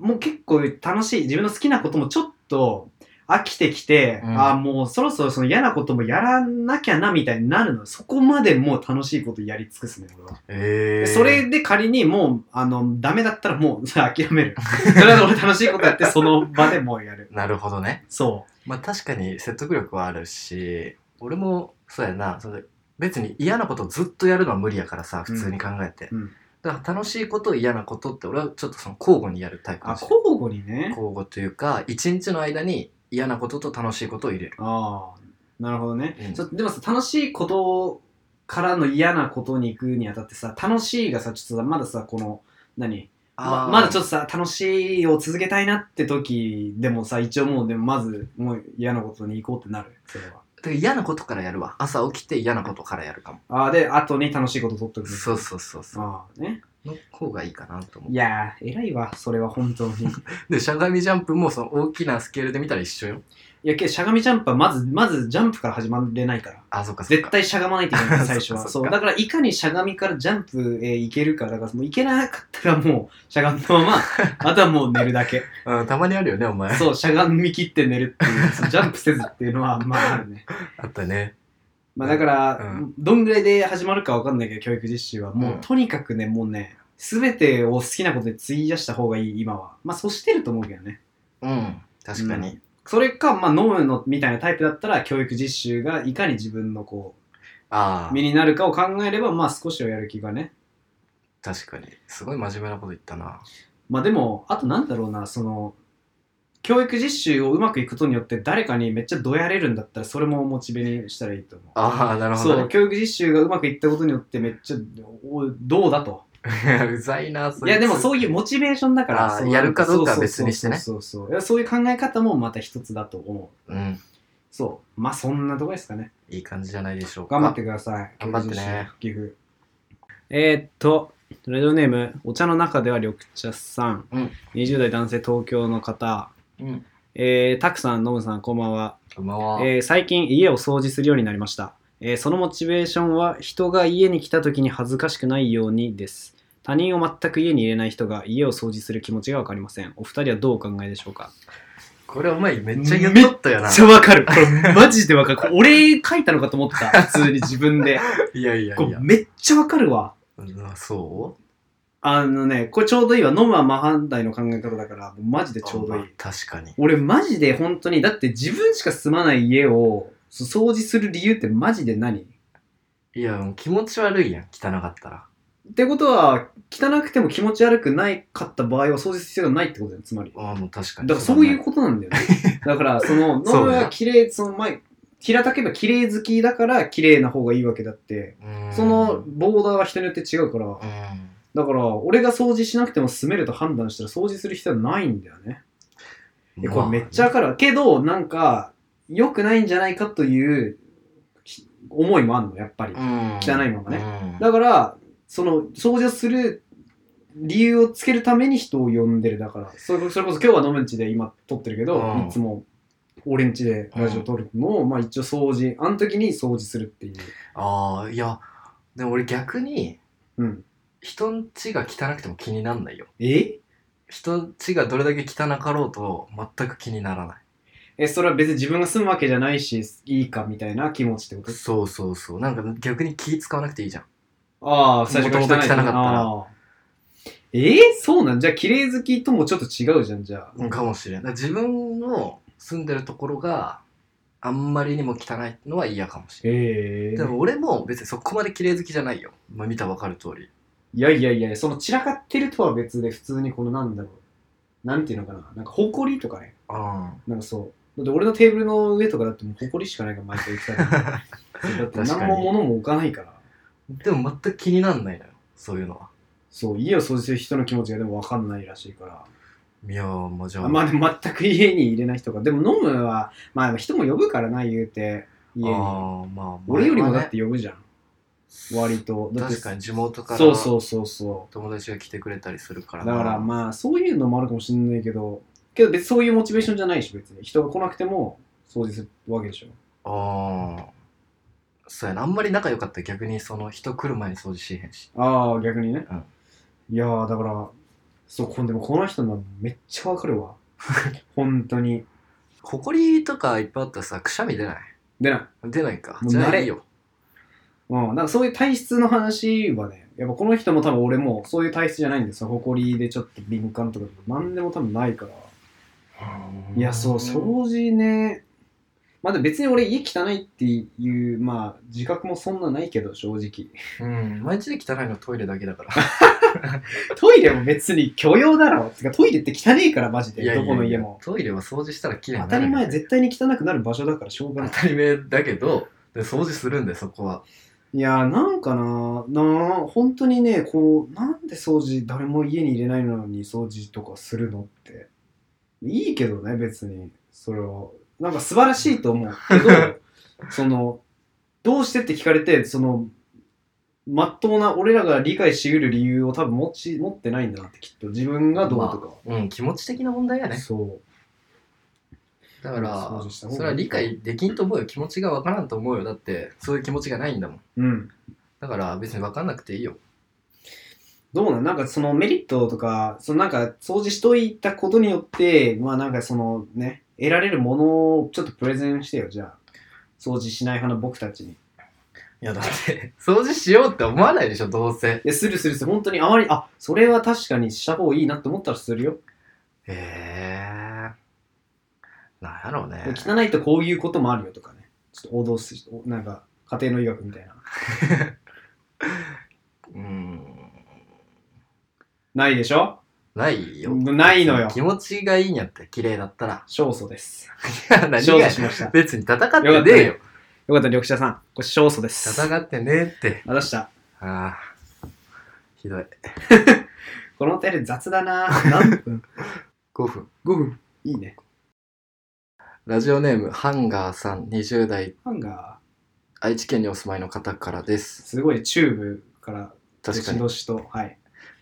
Speaker 3: う、もう結構楽しい、自分の好きなこともちょっと飽きてきて、
Speaker 1: うん
Speaker 3: ああ、もうそろそろその嫌なこともやらなきゃな、みたいになるの。そこまでもう楽しいことやり尽くすね、俺は。
Speaker 1: う。ええ。
Speaker 3: それで仮にもう、あの、ダメだったらもう 諦 める。それは俺楽しいことやって、その場でもうやる。
Speaker 1: なるほどね。
Speaker 3: そ
Speaker 1: まあ、確かに説得力はあるし、俺も、そうやな。それ別に嫌なことをずっとやるのは無理やからさ、普通に考えて
Speaker 3: う。。うん。
Speaker 1: だから楽しいこと嫌なことって俺はちょっとその交互にやるタイプ
Speaker 3: あ、
Speaker 1: なんです
Speaker 3: 交
Speaker 1: よ
Speaker 3: 互にね。
Speaker 1: 交互というか一日の間に嫌なことと楽しいことを入れる
Speaker 3: ああ、なるほどね。
Speaker 1: うん
Speaker 3: ちょでもさ、楽しいことからの嫌なことに行くにあたってさ、楽しいがさ、ちょっとさ、まださ、この、何ままだちょ
Speaker 1: っ
Speaker 3: っとさ、楽しいを続けたいなって時でもさ、一応もう、でもまず、もう嫌なことに行こうってなる。それは。
Speaker 1: と嫌なことからやるわ朝起きて嫌なことからやるかも、
Speaker 3: ああ、で、後に楽しいこと取ってくる。
Speaker 1: そうそうそうそう
Speaker 3: ああ、ね。
Speaker 1: の方がいいかなと思う
Speaker 3: いやー、偉いわ、それは本当に。
Speaker 1: でしゃがみジャンプもその大きなスケールで見たら一緒よ
Speaker 3: いやけどしゃがみジャンプはまずまずジャンプから始まれないから
Speaker 1: あそっかそっ
Speaker 3: 絶
Speaker 1: か
Speaker 3: 対しゃがまないといけない最初は
Speaker 1: そ
Speaker 3: そ
Speaker 1: っかそっか
Speaker 3: うだからいかにしゃがみからジャンプへ行けるかだからもう行けなかったらもうしゃがん だままあとはもう寝るだけ
Speaker 1: うんたまにあるよねお前
Speaker 3: そうしゃがみ切って寝るっていうそうジャンプせずっていうのはまああるね
Speaker 1: あったね
Speaker 3: まあだから、
Speaker 1: うん
Speaker 3: どんぐらいで始まるかわかんないけど教育実習はもう、
Speaker 1: うん
Speaker 3: とにかくねもうね全てを好きなことで費やした方がいい今はまあそうしてると思うけどね
Speaker 1: うん確かに、
Speaker 3: それか、まあ、飲むのみたいなタイプだったら教育実習がいかに自分のこ
Speaker 1: ああ
Speaker 3: う身になるかを考えればまあ少しはやる気がね
Speaker 1: 確かにすごい真面目なこと言ったな
Speaker 3: まあでもあとなんだろうなその教育実習をうまくいくことによって誰かにめっちゃどやれるんだったらそれもモチベにしたらいいと思う
Speaker 1: ああなるほ
Speaker 3: そ
Speaker 1: ど、
Speaker 3: う
Speaker 1: ね、
Speaker 3: 教育実習がうまくいったことによってめっちゃおどうだと
Speaker 1: うざいなそ
Speaker 3: いやでもそういう
Speaker 1: も
Speaker 3: モチベーションだか
Speaker 1: あー
Speaker 3: らその
Speaker 1: やるかどうかは別にしてね
Speaker 3: そうそうそうそういやそういう考え方もまた一つだと思う
Speaker 1: うん
Speaker 3: そうまあそんなとこですかね
Speaker 1: いい感じじゃないでしょうか
Speaker 3: 頑張ってください。
Speaker 1: 頑張ってね。
Speaker 3: 寄付。えーっと、ラジオネーム、お茶の中では緑茶さん、
Speaker 1: うん
Speaker 3: 20代男性東京の方、
Speaker 1: うん
Speaker 3: えー、たくさん、のむさん、こんばんは、
Speaker 1: こんばんは
Speaker 3: えー最近家を掃除するようになりました。えーそのモチベーションは、人が家に来た時に恥ずかしくないようにです。他人を全く家に入れない人が家を掃除する気持ちがわかりません。お二人はどうお考えでしょうか
Speaker 1: これお前めっちゃ言っとったよな
Speaker 3: めっちゃわかる。これマジでわかる。これ俺書いたのかと思 った。普通に自分で。
Speaker 1: いやいや
Speaker 3: こ
Speaker 1: いうや
Speaker 3: めっちゃわかるわ。
Speaker 1: うんあそ
Speaker 3: あのね、これちょうどいいわ。飲むは真反対の考え方だから、もうマジでちょうどいい
Speaker 1: まあ。確かに。
Speaker 3: 俺マジで本当に、だって自分しか住まない家をそ掃除する理由ってマジで何
Speaker 1: いや、もう気持ち悪いやん、汚かったら。
Speaker 3: ってことは、汚くても気持ち悪くないかった場合は掃除する必要がないってことだよ、つまり。
Speaker 1: ああ、もう確か
Speaker 3: だ
Speaker 1: に。
Speaker 3: からそういうことなんだよね。 だから、その、
Speaker 1: そうだ
Speaker 3: ノ
Speaker 1: よ
Speaker 3: ブは綺麗、その前、平たけば綺麗好きだから綺麗な方がいいわけだって、
Speaker 1: うん
Speaker 3: そのボーダーは人によって違うから
Speaker 1: う、ん。
Speaker 3: だから、俺が掃除しなくても住めると判断したら掃除する必要はないんだよね。えこれめっちゃわかるわけどなんか良くないんじゃないかというひ思いもあるのやっぱり、汚
Speaker 1: 汚
Speaker 3: いままね
Speaker 1: ね
Speaker 3: だからその掃除をする理由をつけるために人を呼んでるだからそれそれこそ今日は飲むんちで今撮ってるけど、
Speaker 1: うん
Speaker 3: いつも俺んちでラジオ撮るのを、まあ一応掃除あの時に掃除するっていう
Speaker 1: ああ、いや、でも俺逆に、
Speaker 3: うん
Speaker 1: 人ん家が汚くても気になんないよ。
Speaker 3: え
Speaker 1: 人ん家がどれだけ汚かろうと全く気にならない。
Speaker 3: えそれは別に自分が住むわけじゃないしいいかみたいな気持ちってこと
Speaker 1: そうそうそう。なんか逆に気使わなくていいじゃん。
Speaker 3: ああ、最初から汚い
Speaker 1: 元々汚かったら
Speaker 3: あーえー、そうなんじゃあ、綺麗好きともちょっと違うじゃん、じゃあ。
Speaker 1: かもしれん。だから自分の住んでるところがあんまりにも汚いのは嫌かもしれ
Speaker 3: ええ
Speaker 1: ん。でも俺も別にそこまで綺麗好きじゃないよ。まあ、見たらわかる通り。
Speaker 3: いやいやいや、その散らかってるとは別で、普通にこのなんだろう。なんていうのかな。なんか、ほこりとかね。
Speaker 1: あ
Speaker 3: なんかそう。だって俺のテーブルの上とかだってもうほこりしかないから、毎回言ってたら。
Speaker 1: あ。
Speaker 3: だって
Speaker 1: 確かに
Speaker 3: 何も物も置かないから。
Speaker 1: でも全く気になんないのよ。そういうのは。
Speaker 3: そう、家を掃除する人の気持ちがでも分かんないらしいから。
Speaker 1: いやー、まあじゃあ。
Speaker 3: あまあでも全く家に入れない人が。でも飲むは、まあ人も呼ぶからな、言うて。
Speaker 1: あ
Speaker 3: 家に。
Speaker 1: ーまあ、
Speaker 3: 俺よりもだっ
Speaker 1: ね
Speaker 3: て呼ぶじゃん。割と。だって
Speaker 1: 確かに地元から
Speaker 3: そうそうそうそ
Speaker 1: 友達が来てくれたりするから
Speaker 3: う。だ
Speaker 1: な
Speaker 3: からまあ、そういうのもあるかもしれないけど、けど別にそういうモチベーションじゃないし、別に。人が来なくても掃除するわけでしょ。
Speaker 1: ああそうやなあんまり仲良かったら逆にその人来る前に掃除しへんし
Speaker 3: ああ、逆にね。
Speaker 1: うん
Speaker 3: いやー、だから、そう、こんでもこの人のめっちゃわかるわ。本当に。
Speaker 1: 埃とかいっぱいあったらさくしゃみ出ない
Speaker 3: でな、
Speaker 1: 出ないか
Speaker 3: もう
Speaker 1: じゃ
Speaker 3: 慣
Speaker 1: あ
Speaker 3: れ
Speaker 1: いいよ
Speaker 3: うん、なんかそういう体質の話はね、やっぱこの人も多分俺もそういう体質じゃないんですよ。誇りでちょっと敏感とか、なんでも多分ないから。いや、そう、掃除ね。まだ別に俺家汚いっていう、まあ、自覚もそんなないけど、正直。
Speaker 1: うん毎日で汚いのトイレだけだから
Speaker 3: トイレも別に許容だろ。つかトイレって汚いから、マジで。
Speaker 1: いやいや
Speaker 3: どこの
Speaker 1: い
Speaker 3: 家
Speaker 1: や
Speaker 3: も。
Speaker 1: トイレは掃除したら綺麗に
Speaker 3: 当
Speaker 1: な
Speaker 3: た
Speaker 1: る
Speaker 3: り
Speaker 1: よ
Speaker 3: 前、絶対に汚くなる場所だから、しょう
Speaker 1: 当
Speaker 3: がない。
Speaker 1: たり前だけどで掃除するんでそこはい
Speaker 3: やー、なんかな、なあ本当にね、こう、なんで掃除、誰も家に入れないのに掃除とかするのって。いいけどね、別に。それは。なんか素晴らしいと思うけ ど、その、どうしてって聞かれて、その、まっとうな、俺らが理解しうる理由を多分持ち、持ってないんだなって、きっと。自分がどうとか。
Speaker 1: うん気持ち的な問題やね
Speaker 3: そう。
Speaker 1: だから
Speaker 3: 掃除した方がいい
Speaker 1: それは理解できんと思うよ気持ちがわからんと思うよだってそういう気持ちがないんだもん
Speaker 3: うん。
Speaker 1: だから別に分かんなくていいよ
Speaker 3: どうなんなんかそのメリットとか、そのなんか掃除しといたことによって、まあなんかそのね、得られるものをちょっとプレゼンしてよ、じゃあ。掃除しない派の僕たちに。い
Speaker 1: いやだって 掃除しようって思わないでしょどうせ
Speaker 3: や、するするする、本当にあまり、あ、それは確かにした方がいいなって思ったらするよ。
Speaker 1: へえなんやろうね
Speaker 3: で汚いとこういうこともあるよとかね。ちょっと王道すおなんか家庭の医学みたいな。
Speaker 1: うん
Speaker 3: ないでしょ
Speaker 1: ないよ
Speaker 3: ないのよ
Speaker 1: 気持ちがいいんやって綺麗だった ら
Speaker 3: 勝訴です。
Speaker 1: いや何
Speaker 3: 勝
Speaker 1: が
Speaker 3: 訴しました。よ
Speaker 1: 別に戦ってねえよ
Speaker 3: よかった、緑茶さん。これ勝訴です。
Speaker 1: 戦ってねえって
Speaker 3: あ、どうした
Speaker 1: ああひどい
Speaker 3: この手で雑だな何 分
Speaker 1: 5分
Speaker 3: ?5 分。いいね。
Speaker 1: ラジオネームハンガーさん20代
Speaker 3: ハンガー。
Speaker 1: 愛知県にお住まいの方からです
Speaker 3: すごいチューブから
Speaker 1: 確かに
Speaker 3: どしどしとはい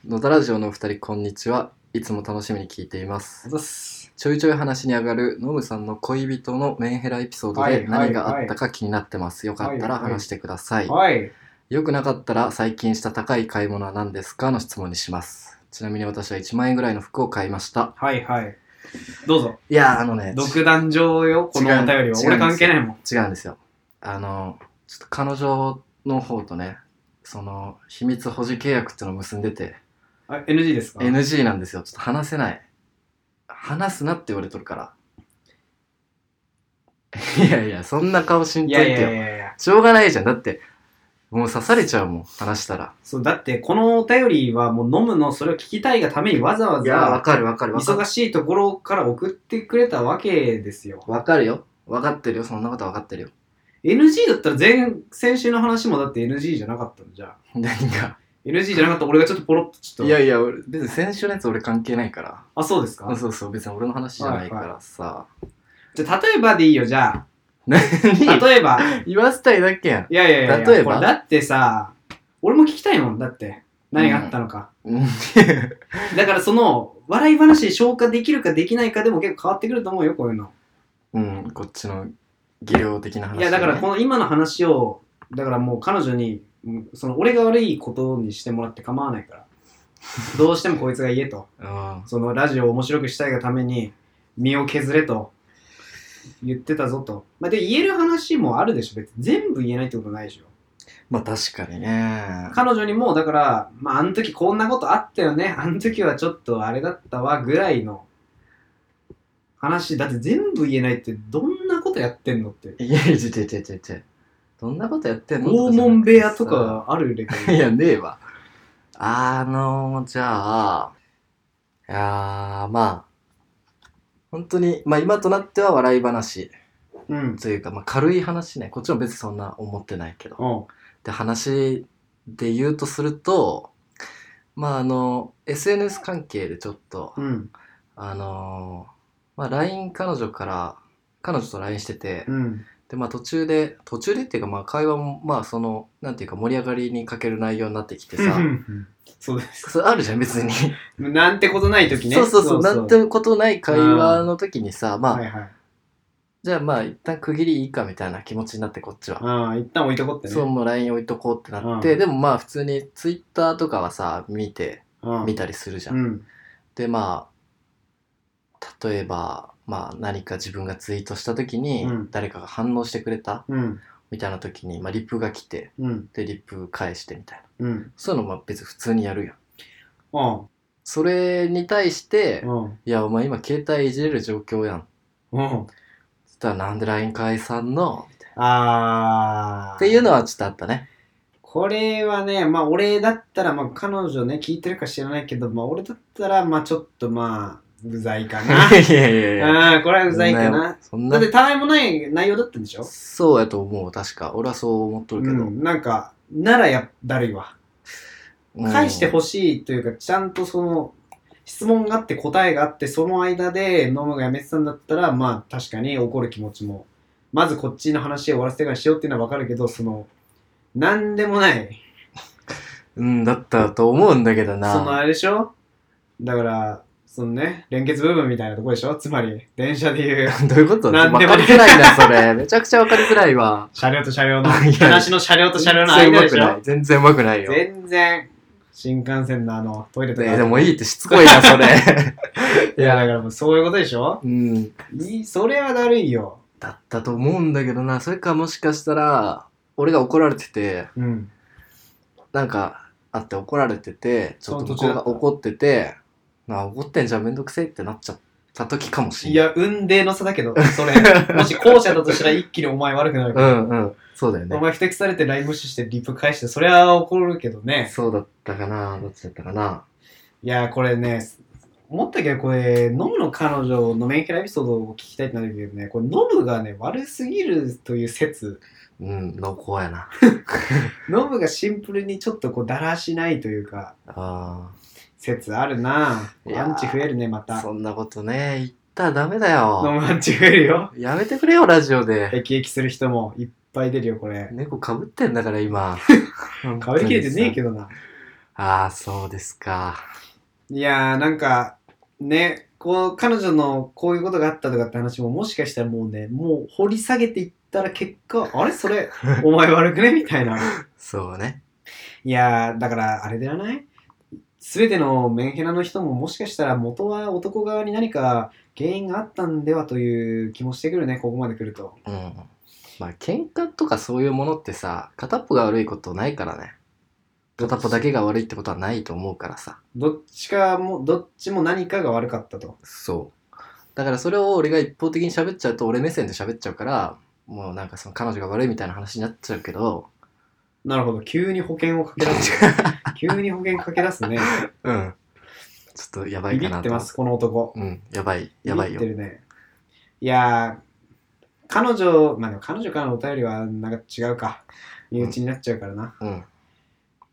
Speaker 1: 野田ラジオのお二人こんにちはいつも楽しみに聞いています
Speaker 3: あざっす
Speaker 1: ちょいちょい話に上がるノムさんの恋人のメンヘラエピソード
Speaker 3: は
Speaker 1: で
Speaker 3: いはい
Speaker 1: 何があったか気になってます。よかったら
Speaker 3: はいはい
Speaker 1: 話してください。
Speaker 3: はい
Speaker 1: よくなかったら最近した高い買い物は何ですかの質問にします。ちなみに私は1万円ぐらいの服を買いました。
Speaker 3: はいはいどうぞ
Speaker 1: いやー、あのね、ち
Speaker 3: 独壇場よこのお便
Speaker 1: 違う違う
Speaker 3: り
Speaker 1: んで
Speaker 3: は
Speaker 1: すよ
Speaker 3: 俺関係ないもん
Speaker 1: 違うんですよ。あの、ちょっと彼女の方とね、その秘密保持契約っていうのを結んでて、
Speaker 3: あ NG ですか
Speaker 1: NG なんですよ。ちょっと話せない。話すなって言われとるから。いやいや、そんな顔しんとい
Speaker 3: いや
Speaker 1: てよ。
Speaker 3: いやいやいや
Speaker 1: しょうがないじゃん。だって、もう刺されちゃうもん、話したら。
Speaker 3: そうだってこのお便りはもう飲むのそれを聞きたいがためにわざわ
Speaker 1: いや、わ
Speaker 3: ざ
Speaker 1: かるわかるわかる
Speaker 3: 忙。しいところから送ってくれたわけですよ
Speaker 1: わかるよ。わかってるよ。そんなことわかってるよ。
Speaker 3: NG だったら前先週の話もだって NG じゃなかったのじゃあ
Speaker 1: 何が
Speaker 3: NG じゃなかった俺がちょっとポロッとちょっと
Speaker 1: いやいや、俺別に先週のやつ俺関係ないから。
Speaker 3: あそうですか
Speaker 1: あそうそう、別に俺の話じゃないからさ。
Speaker 3: じゃあ例えばでいいよじゃあ
Speaker 1: 何
Speaker 3: 例えば
Speaker 1: 言わせたいだけやん。
Speaker 3: いやいやいやいや
Speaker 1: 例えば
Speaker 3: これだってさ俺も聞きたいもんだって何があったのか、
Speaker 1: うん
Speaker 3: だからその笑い話消化できるかできないかでも結構変わってくると思うよこういうの
Speaker 1: うん、こっちの技量的な話、
Speaker 3: いやだからこの今の話をだからもう彼女にうんその俺が悪いことにしてもらって構わないからどうしてもこいつが言えと
Speaker 1: うん。
Speaker 3: そのラジオを面白くしたいがために身を削れと言ってたぞと、まあ、で言える話もあるでしょ別に全部言えないってことないでしょ
Speaker 1: まあ確かにね。
Speaker 3: 彼女にもだから、まあ、あの時こんなことあったよねあの時はちょっとあれだったわぐらいの話だって全部言えないってどんなことやってんのって
Speaker 1: いやいや、ちょちょちょちょちょ。どんなことやってんの
Speaker 3: 拷問部屋と。
Speaker 1: じゃなくてさ
Speaker 3: かあるレベル
Speaker 1: いや、ねえわ。あのじゃあ、いやー、まあ、本当に、まあ今となっては笑い話
Speaker 3: うん
Speaker 1: というか、まあ軽い話ね。こっちも別にそんな思ってないけど。
Speaker 3: おう
Speaker 1: で、話で言うとすると、まああの、SNS 関係でちょっと、
Speaker 3: うん
Speaker 1: あのまあ LINE 彼女から、彼女と LINE してて、
Speaker 3: うん
Speaker 1: でまあ途中で途中でっていうかまあ会話もまあそのなんていうか盛り上がりに欠ける内容になってきてさ
Speaker 3: うんそうです
Speaker 1: それあるじゃん別に、
Speaker 3: なんてことない時ね
Speaker 1: そうそうそうなんてことない会話の時にさまあ、
Speaker 3: はいはい
Speaker 1: じゃあまあ一旦区切りいいかみたいな気持ちになってこっちは、
Speaker 3: ああ一旦置いとこってね
Speaker 1: そうもう LINE 置いとこうってなって、
Speaker 3: うん
Speaker 1: でもまあ普通に Twitter とかはさ見て
Speaker 3: うん
Speaker 1: 見たりするじゃん、
Speaker 3: うん
Speaker 1: でまあ例えばまあ何か自分がツイートした時に
Speaker 3: うん
Speaker 1: 誰かが反応してくれた
Speaker 3: うん
Speaker 1: みたいな時に、まあ、リプが来て
Speaker 3: うん
Speaker 1: でリプ返してみたいな
Speaker 3: うん
Speaker 1: そういうのも別に普通にやるやん。
Speaker 3: あ
Speaker 1: それに対して、
Speaker 3: あうん
Speaker 1: いや、お前今携帯いじれる状況やん。
Speaker 3: うん
Speaker 1: つったらなんで LINE 解散のみたい
Speaker 3: ああ
Speaker 1: な。っていうのはちょっとあったね。
Speaker 3: これはね、まあ俺だったら、まあ彼女ね、聞いてるか知らないけど、まあ俺だったら、まあちょっとまあ、うざいかな。
Speaker 1: いやいやいや。
Speaker 3: うん、これはうざいかな。
Speaker 1: そん
Speaker 3: だ
Speaker 1: な
Speaker 3: っ。てたわいもない内容だったんでしょ
Speaker 1: そうやと思う、確か。俺はそう思っとる
Speaker 3: う
Speaker 1: けど。
Speaker 3: ん、なんか、ならや、だるい
Speaker 1: う
Speaker 3: わ。
Speaker 1: ん
Speaker 3: 返してほしいというか、ちゃんとその、質問があって答えがあって、その間で飲むがやめてたんだったら、まあ確かに怒る気持ちも、まずこっちの話を終わらせてからしようっていうのはわかるけど、その、なんでもない。
Speaker 1: うん、だったと思うんだけど
Speaker 3: その
Speaker 1: な。
Speaker 3: あれでしょだから、そのね、連結部分みたいなとこでしょつまり、電車 でいう、
Speaker 1: どういうこと
Speaker 3: な
Speaker 1: わ
Speaker 3: んでも
Speaker 1: かりづらいな、それ。めちゃくちゃわかりづらいわ。
Speaker 3: 車両と車両の、
Speaker 1: いや
Speaker 3: 話の車両と車両の
Speaker 1: 全然
Speaker 3: 間
Speaker 1: うま
Speaker 3: で
Speaker 1: く
Speaker 3: し
Speaker 1: ない
Speaker 3: ょ。
Speaker 1: 全然うまくないよ。ね
Speaker 3: 全然、新幹線のあの、トイレとか。
Speaker 1: でもいいってしつこいな、 それ。
Speaker 3: いや、だからもうそういうことでしょ
Speaker 1: うん。
Speaker 3: いいそれはだるいよ。
Speaker 1: だったと思うんだけどなそれかもしかしたら俺が怒られてて
Speaker 3: うん。
Speaker 1: なんかあって怒られててちょっと
Speaker 3: そ
Speaker 1: 向
Speaker 3: の途
Speaker 1: こ
Speaker 3: 中
Speaker 1: う
Speaker 3: だった
Speaker 1: が怒っててなあ怒ってんじゃんめんどくせえってなっちゃった時かもし
Speaker 3: い
Speaker 1: れない
Speaker 3: や、運命の差だけど、そ れ。もし後者だとしたら一気にお前悪くなる
Speaker 1: う
Speaker 3: から。
Speaker 1: んうんそうだよ
Speaker 3: お
Speaker 1: ね
Speaker 3: 前不適されてライブ無視してリプ返して、それは怒るけどね。
Speaker 1: そうだったかなどっちだったかない
Speaker 3: やーこれね思ったけどこれノムの彼女のメンヘラエピソードを聞きたいってなるけどねこれノムがね悪すぎるという説
Speaker 1: うん濃厚やな
Speaker 3: ノムがシンプルにちょっとこうだらしないというか
Speaker 1: あ
Speaker 3: 説あるなぁ
Speaker 1: いやー
Speaker 3: アンチ増えるねま
Speaker 1: あ
Speaker 3: た
Speaker 1: そんなことね言ったらダメだ
Speaker 3: ノ
Speaker 1: よ
Speaker 3: ムアンチ増えるよ
Speaker 1: やめてくれよラジオで
Speaker 3: 駅駅する人もいっぱい出るよこれ
Speaker 1: 猫かぶってんだから 今
Speaker 3: 変わりきれてねえけ
Speaker 1: ど
Speaker 3: どな
Speaker 1: ああそうですか
Speaker 3: いやーなんかねこう彼女のこういうことがあったとかって話ももしかしたらもうねもう掘り下げていったら結果あれそれお前悪くねみたいな
Speaker 1: そうね
Speaker 3: いやーだからあれではない全てのメンヘラの人ももしかしたら元は男側に何か原因があったんではという気もしてくるねここまで来ると
Speaker 1: うん。まあ、喧嘩とかそういうものってさ、片っぽが悪いことないからね。片っぽだけが悪いってことはないと思うからさ
Speaker 3: どっちかも、どっちも何かが悪かったと。
Speaker 1: そうだからそれを俺が一方的に喋っちゃうと俺目線で喋っちゃうからもうなんかその彼女が悪いみたいな話になっちゃうけ ど
Speaker 3: なるほど。急に保険をかけ 出す。急に保険かけ出すね。
Speaker 1: うんちょっとやば
Speaker 3: ビ
Speaker 1: い
Speaker 3: ビ
Speaker 1: か
Speaker 3: っ
Speaker 1: な
Speaker 3: て
Speaker 1: と
Speaker 3: ます、この男。
Speaker 1: うんやばいやばいよ
Speaker 3: ビビってるね。いやー、彼女、まあでも彼女からのお便りはなんか違うか。身内になっちゃうからな。
Speaker 1: うん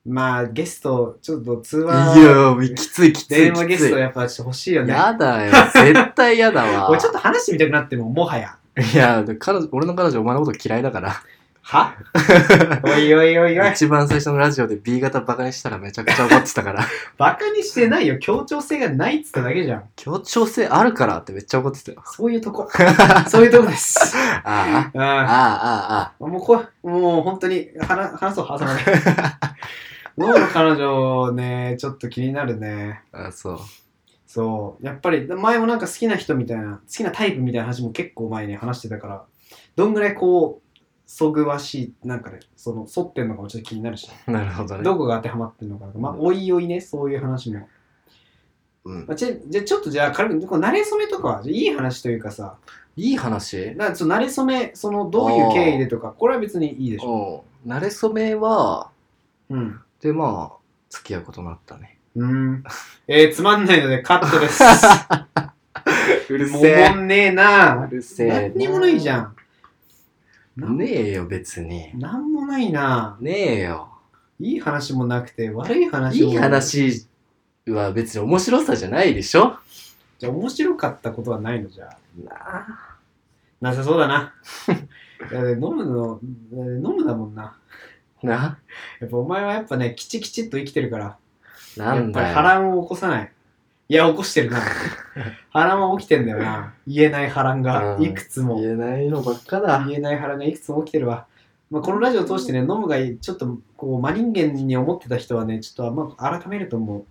Speaker 3: まあ、ゲスト、ちょっと通
Speaker 1: い
Speaker 3: 話、
Speaker 1: やーきついきつい
Speaker 3: 電話
Speaker 1: き
Speaker 3: ゲ
Speaker 1: つ
Speaker 3: ス
Speaker 1: い
Speaker 3: トやっぱちょっと欲しいよね。
Speaker 1: やだよ絶対やだわ
Speaker 3: 俺ちょっと話してみたくなっても、もはや。
Speaker 1: いや彼女俺の彼女お前のこと嫌いだから
Speaker 3: は おいおいおいおい。
Speaker 1: 一番最初のラジオで B 型バカにしたらめちゃくちゃ怒ってたから
Speaker 3: バカにしてないよ。協調性がないっつっただけじゃん。
Speaker 1: 協調性あるからってめっちゃ怒ってたよ
Speaker 3: そういう とこ。そういうとこです。
Speaker 1: ああああ
Speaker 3: あ
Speaker 1: あ
Speaker 3: もうこもう本当に話話そう、話さない。 脳の彼女ね、ちょっと気になるね。
Speaker 1: あああそう
Speaker 3: そう。やっぱり、前もなんか好きな人みたいな、好きなタイプみたいな話も結構前に話してたから、どんぐらいこう、そぐわしい、なんかね、その、沿ってんのかもちょっと気になるし、
Speaker 1: なるほどね
Speaker 3: どこが当てはまってんのかなまあ、
Speaker 1: うん
Speaker 3: おいおいね、そういう話も。
Speaker 1: うん
Speaker 3: まあ、ちょじゃあちょっとじゃあ軽く、こう慣れ初めとかは、いい話というかさ、
Speaker 1: いい話
Speaker 3: なその慣れ初め、その、どういう経緯でとか、これは別にいいでしょ。
Speaker 1: うん慣れ初めは
Speaker 3: うん。
Speaker 1: でまあ付き合うことになったね
Speaker 3: うーん。えー、つまんないのでカットです。
Speaker 1: う
Speaker 3: もうもんねえな。
Speaker 1: るせえな
Speaker 3: 何にもないじゃん。
Speaker 1: ねえよ別に
Speaker 3: なんもないな。
Speaker 1: ねえよ
Speaker 3: いい話もなくて、悪い話も
Speaker 1: いい。話は別に面白さじゃないでしょ
Speaker 3: じゃあ、面白かったことはないのじゃあ。
Speaker 1: なあ
Speaker 3: なさそうだな。 いや飲むの、えー飲むだもんな。
Speaker 1: な
Speaker 3: やっぱお前はやっぱね、きちきちっと生きてるから、
Speaker 1: な
Speaker 3: やっ
Speaker 1: ん
Speaker 3: ぱり
Speaker 1: だ
Speaker 3: 波
Speaker 1: よ
Speaker 3: 乱を起こさない。いや、起こしてるな。 波乱は起きてんだよな。言えない波乱が
Speaker 1: うん
Speaker 3: いくつも。
Speaker 1: 言えないのばっかだ
Speaker 3: 言えない腹がいくつも起きてるわ。まあ、このラジオを通してね、ノムがちょっとこう真人間に思ってた人はね、ちょっとまあ改めると思う。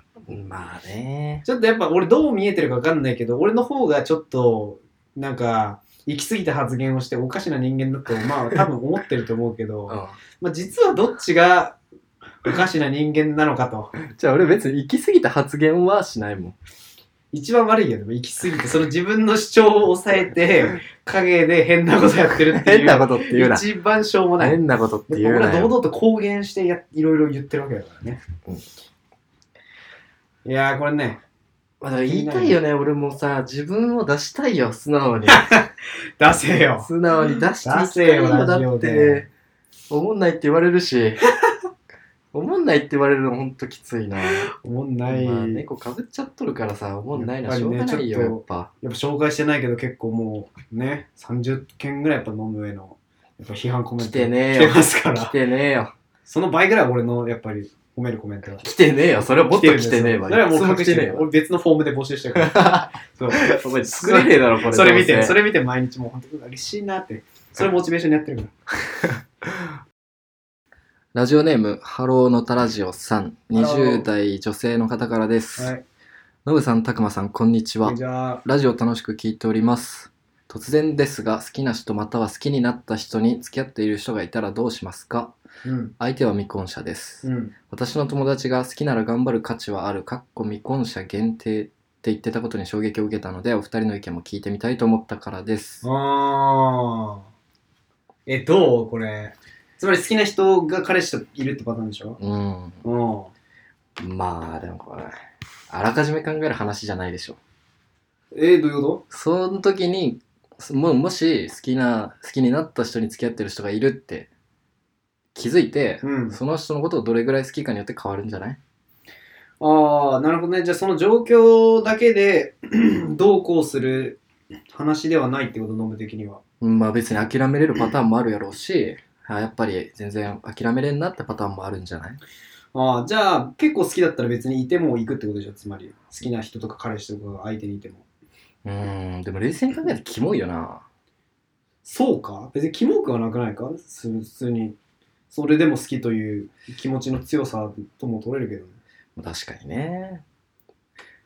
Speaker 1: まあね
Speaker 3: ちょっとやっぱ俺どう見えてるか分かんないけど、俺の方がちょっとなんか行き過ぎた発言をしておかしな人間だと、まあ多分思ってると思うけ
Speaker 1: う
Speaker 3: ど、
Speaker 1: ん
Speaker 3: まあ実はどっちがおかしな人間なのかと。
Speaker 1: じゃあ俺別に行き過ぎた発言はしないもん。
Speaker 3: 一番悪いよ、でも行き過ぎて、その自分の主張を抑えて、影で変なことやってるってい う。
Speaker 1: 変なことって言うな。
Speaker 3: 一番しょうもない。
Speaker 1: 変なことって
Speaker 3: や
Speaker 1: 言う
Speaker 3: っぱ
Speaker 1: な
Speaker 3: 俺は堂
Speaker 1: よ。
Speaker 3: 々と公言してやいろいろ言ってるわけだからね、
Speaker 1: うん
Speaker 3: いやーこれね
Speaker 1: まあだから言いたいよね、俺もさ、自分を出したいよ、素直に。
Speaker 3: 出せよ
Speaker 1: 素直に出していき
Speaker 3: 出
Speaker 1: た
Speaker 3: せ
Speaker 1: い
Speaker 3: よ
Speaker 1: よ、だ
Speaker 3: ラジ
Speaker 1: っ
Speaker 3: オ
Speaker 1: て
Speaker 3: で。
Speaker 1: 思んないって言われるし。思んないって言われるのほんときついな。
Speaker 3: 思んない、
Speaker 1: まあ、猫かぶっちゃっとるからさ、思んないのはし
Speaker 3: や
Speaker 1: ょ
Speaker 3: っ
Speaker 1: う
Speaker 3: ぱり
Speaker 1: が
Speaker 3: ね
Speaker 1: ないよ、
Speaker 3: ち
Speaker 1: や
Speaker 3: ょ
Speaker 1: っ
Speaker 3: っ
Speaker 1: ぱ。
Speaker 3: やっぱ紹介してないけど結構もうね30件ぐらいやっぱ飲む上のやっぱ批判コメン
Speaker 1: 来
Speaker 3: ト
Speaker 1: てねえ
Speaker 3: 来
Speaker 1: よ
Speaker 3: て。ますか
Speaker 1: 来
Speaker 3: ら
Speaker 1: てねえよ。
Speaker 3: その倍ぐらい俺のやっぱり褒めるコメントが
Speaker 1: 来てねえよ。それはもっと来てねえわ。
Speaker 3: だからも
Speaker 1: いうつも
Speaker 3: 隠
Speaker 1: 来
Speaker 3: して
Speaker 1: てね
Speaker 3: る
Speaker 1: え
Speaker 3: よ
Speaker 1: わ。
Speaker 3: 俺別のフォームで募集してるからそう
Speaker 1: お前作れねえだろ、これ。
Speaker 3: それ見
Speaker 1: ど
Speaker 3: て
Speaker 1: うせ
Speaker 3: それ見て毎日もう本当に嬉しいなってそれモチベーションにやってるから
Speaker 1: ラジオネーム、ハローのたラジオさん、
Speaker 3: ハロー
Speaker 1: 20代女性の方からです。
Speaker 3: はい
Speaker 1: のぶさん、たくまさん、こんにちは。
Speaker 3: じゃあ
Speaker 1: ラジオ楽しく聞いております。突然ですが、好きな人または好きになった人に付き合っている人がいたらどうしますか
Speaker 3: うん
Speaker 1: 相手は未婚者です。
Speaker 3: うん
Speaker 1: 私の友達が好きなら頑張る価値はある、かっこ未婚者限定って言ってたことに衝撃を受けたので、お二人の意見も聞いてみたいと思ったからです。
Speaker 3: ああ。え、どうこれ。つまり好きな人が彼氏といるってパターンでしょ
Speaker 1: うん。
Speaker 3: うん。
Speaker 1: まあ、でもこれ、あらかじめ考える話じゃないでしょ。
Speaker 3: えどういうこ
Speaker 1: その時にももし好きな好きになった人に付き合ってる人がいるって気づいて、
Speaker 3: うん
Speaker 1: その人のことをどれぐらい好きかによって変わるんじゃない
Speaker 3: とああ、なるほどね。じゃあその状況だけで どうこうする話ではないってこと、ノム的には。
Speaker 1: うんまあ別に諦めれるパターンもあるやろうしあやっぱり全然諦めれんなってパターンもあるんじゃない
Speaker 3: ああ、じゃあ結構好きだったら別にいても行くってことでしょつまり。好きな人とか彼氏とかが相手にいても。
Speaker 1: うんでも冷静に考えてキモいよな
Speaker 3: そうか別にキモくはなくないかす普通に。それでも好きという気持ちの強さとも取れるけどね。
Speaker 1: 確かにね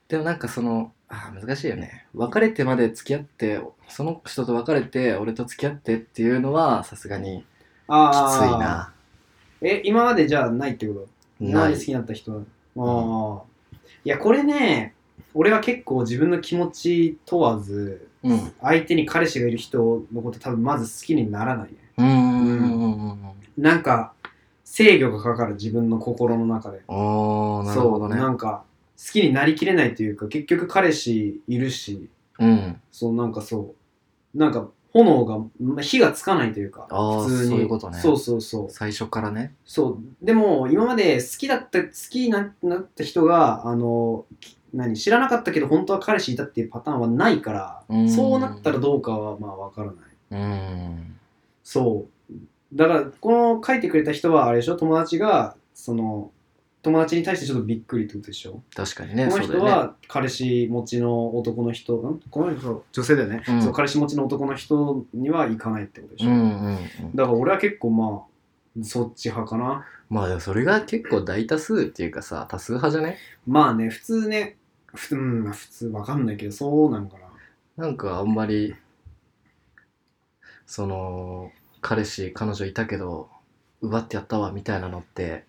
Speaker 1: でもなんかそのあ難しいよね別れてまで付き合ってその人と別れて俺と付き合ってっていうのはさすがにきつい
Speaker 3: ああ。
Speaker 1: な
Speaker 3: え、今までじゃあないってこと
Speaker 1: ない
Speaker 3: 何好きだった人はああいやこれね俺は結構自分の気持ち問わず
Speaker 1: うん
Speaker 3: 相手に彼氏がいる人のこと多分まず好きにならないね
Speaker 1: うんうんうんうんうん
Speaker 3: なんか制御がかかる自分の心の中で
Speaker 1: ああなるほど
Speaker 3: そうな
Speaker 1: ね
Speaker 3: んか好きになりきれないというか結局彼氏いるし
Speaker 1: うん
Speaker 3: そうなんかそうなんか炎がま火がつかないというか
Speaker 1: あー
Speaker 3: 普通に
Speaker 1: そういうことね
Speaker 3: そうそうそう
Speaker 1: 最初からね
Speaker 3: そうでも今まで好きだった好きにななった人があのき何知らなかったけど本当は彼氏いたっていうパターンはないから
Speaker 1: うん
Speaker 3: そうなったらどうかはまあ分からない
Speaker 1: うん
Speaker 3: そうだからこの書いてくれた人はあれでしょ友達がその友達に対してちょっとびっくりってことでしょ
Speaker 1: 確かにね
Speaker 3: こ
Speaker 1: そう
Speaker 3: の人
Speaker 1: だよね
Speaker 3: は彼氏持ちの男の人、んこの人女性だよね、
Speaker 1: うん
Speaker 3: そう彼氏持ちの男の人には行かないってことでし
Speaker 1: う
Speaker 3: ょ、
Speaker 1: んうんうん
Speaker 3: だから俺は結構まあそっち派かな
Speaker 1: まあでもそれが結構大多数っていうかさ多数派じゃね
Speaker 3: まあね普通ねふうん普通わかんないけどそうなのかな
Speaker 1: なんかあんまりその彼氏彼女いたけど奪ってやったわみたいなのって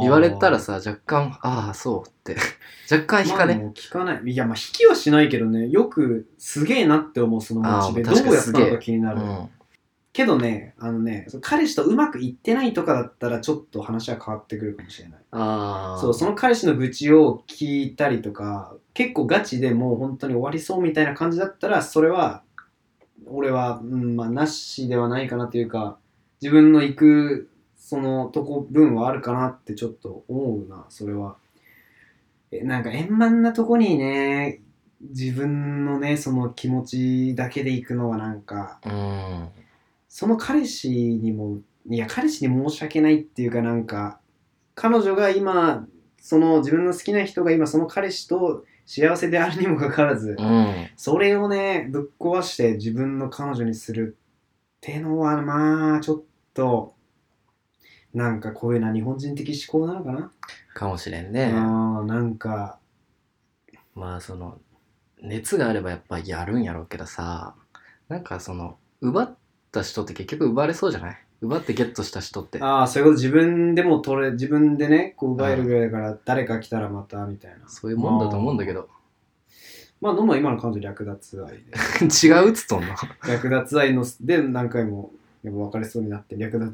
Speaker 1: 言われたらさ若干ああそうって 若干引か
Speaker 3: まあ
Speaker 1: ね、
Speaker 3: もう聞かないいやまあ引きはしないけどねよくすげえなって思うそのモチベ
Speaker 1: あー
Speaker 3: ど
Speaker 1: まあ確かに
Speaker 3: うやった
Speaker 1: す
Speaker 3: の
Speaker 1: げえ
Speaker 3: か気になる、
Speaker 1: うん
Speaker 3: けどねあのねその彼氏とうまくいってないとかだったらちょっと話は変わってくるかもしれない
Speaker 1: ああ
Speaker 3: そうその彼氏の愚痴を聞いたりとか結構ガチでもう本当に終わりそうみたいな感じだったらそれは俺は、うんまあ、なしではないかなというか自分の行くそのとこ分はあるかなってちょっと思うなそれはえなんか円満なとこにね自分のねその気持ちだけで行くのはなんか
Speaker 1: うん
Speaker 3: その彼氏にもいや彼氏に申し訳ないっていうかなんか彼女が今その自分の好きな人が今その彼氏と幸せであるにもかかわらず、
Speaker 1: うん
Speaker 3: それをねぶっ壊して自分の彼女にするってのはまあちょっとなんかこういうな日本人的思考なのかな、
Speaker 1: かもしれんね、
Speaker 3: あーなんか
Speaker 1: まあその熱があればやっぱやるんやろうけどさなんかその奪った人って結局奪われそうじゃない奪ってゲットした人って
Speaker 3: ああそういうこと自分でも取れ自分でねこう奪えるぐらいだから誰か来たらまたみたいな
Speaker 1: そういうもんだと思うんだけど
Speaker 3: まあ飲むは今の彼女略奪愛で
Speaker 1: 違うっつっとんの
Speaker 3: 略奪愛ので何回もやっぱ別れそうになって略 奪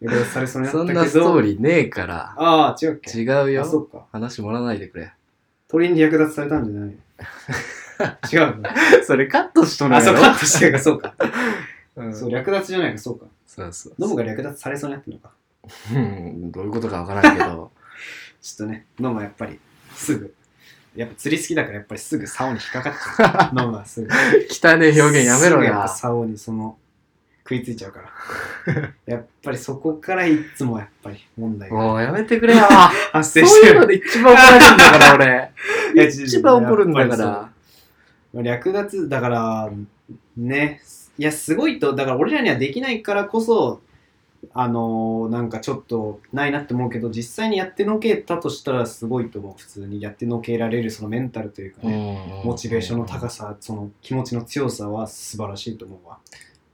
Speaker 3: 略奪されそうになった
Speaker 1: そ
Speaker 3: け
Speaker 1: ん
Speaker 3: ど
Speaker 1: なストーリーねえから
Speaker 3: ああ違うっけ
Speaker 1: 違う
Speaker 3: あそ
Speaker 1: よ
Speaker 3: っか
Speaker 1: 話もらわないでく れ
Speaker 3: 鳥に略奪されたんじゃないよ違うの
Speaker 1: それカットしと
Speaker 3: あそうカ
Speaker 1: か
Speaker 3: ットしてるかそうか、
Speaker 1: うん
Speaker 3: そう略奪じゃないかそうか
Speaker 1: そう そう
Speaker 3: ノブが略奪されそうになってるのか
Speaker 1: うんどういうことかわからんけど
Speaker 3: ちょっとねノブはやっぱりすぐやっぱ釣り好きだからやっぱりすぐ竿に引っかかっち ゃうノブはすぐ
Speaker 1: 汚ねえ表現やめろ
Speaker 3: すぐやっぱ
Speaker 1: や
Speaker 3: 竿にその食いついちゃうからやっぱりそこからいつもやっぱり問題が
Speaker 1: もうやめて くれよ
Speaker 3: 発
Speaker 1: そう
Speaker 3: 生して
Speaker 1: い
Speaker 3: る
Speaker 1: うので一番怒られるんだから俺
Speaker 3: いや
Speaker 1: 一番怒るんだか。
Speaker 3: やっぱ
Speaker 1: ら
Speaker 3: りそう略奪、だから、ね。いや、すごいと、だから俺らにはできないからこそ、あのーなんかちょっとないなって思うけど、実際にやってのけたとしたらすごいと思う。普通にやってのけられるそのメンタルというかね、モチベーションの高
Speaker 1: さ
Speaker 3: さ、その気持ちの強さは素晴らしいと思うわ。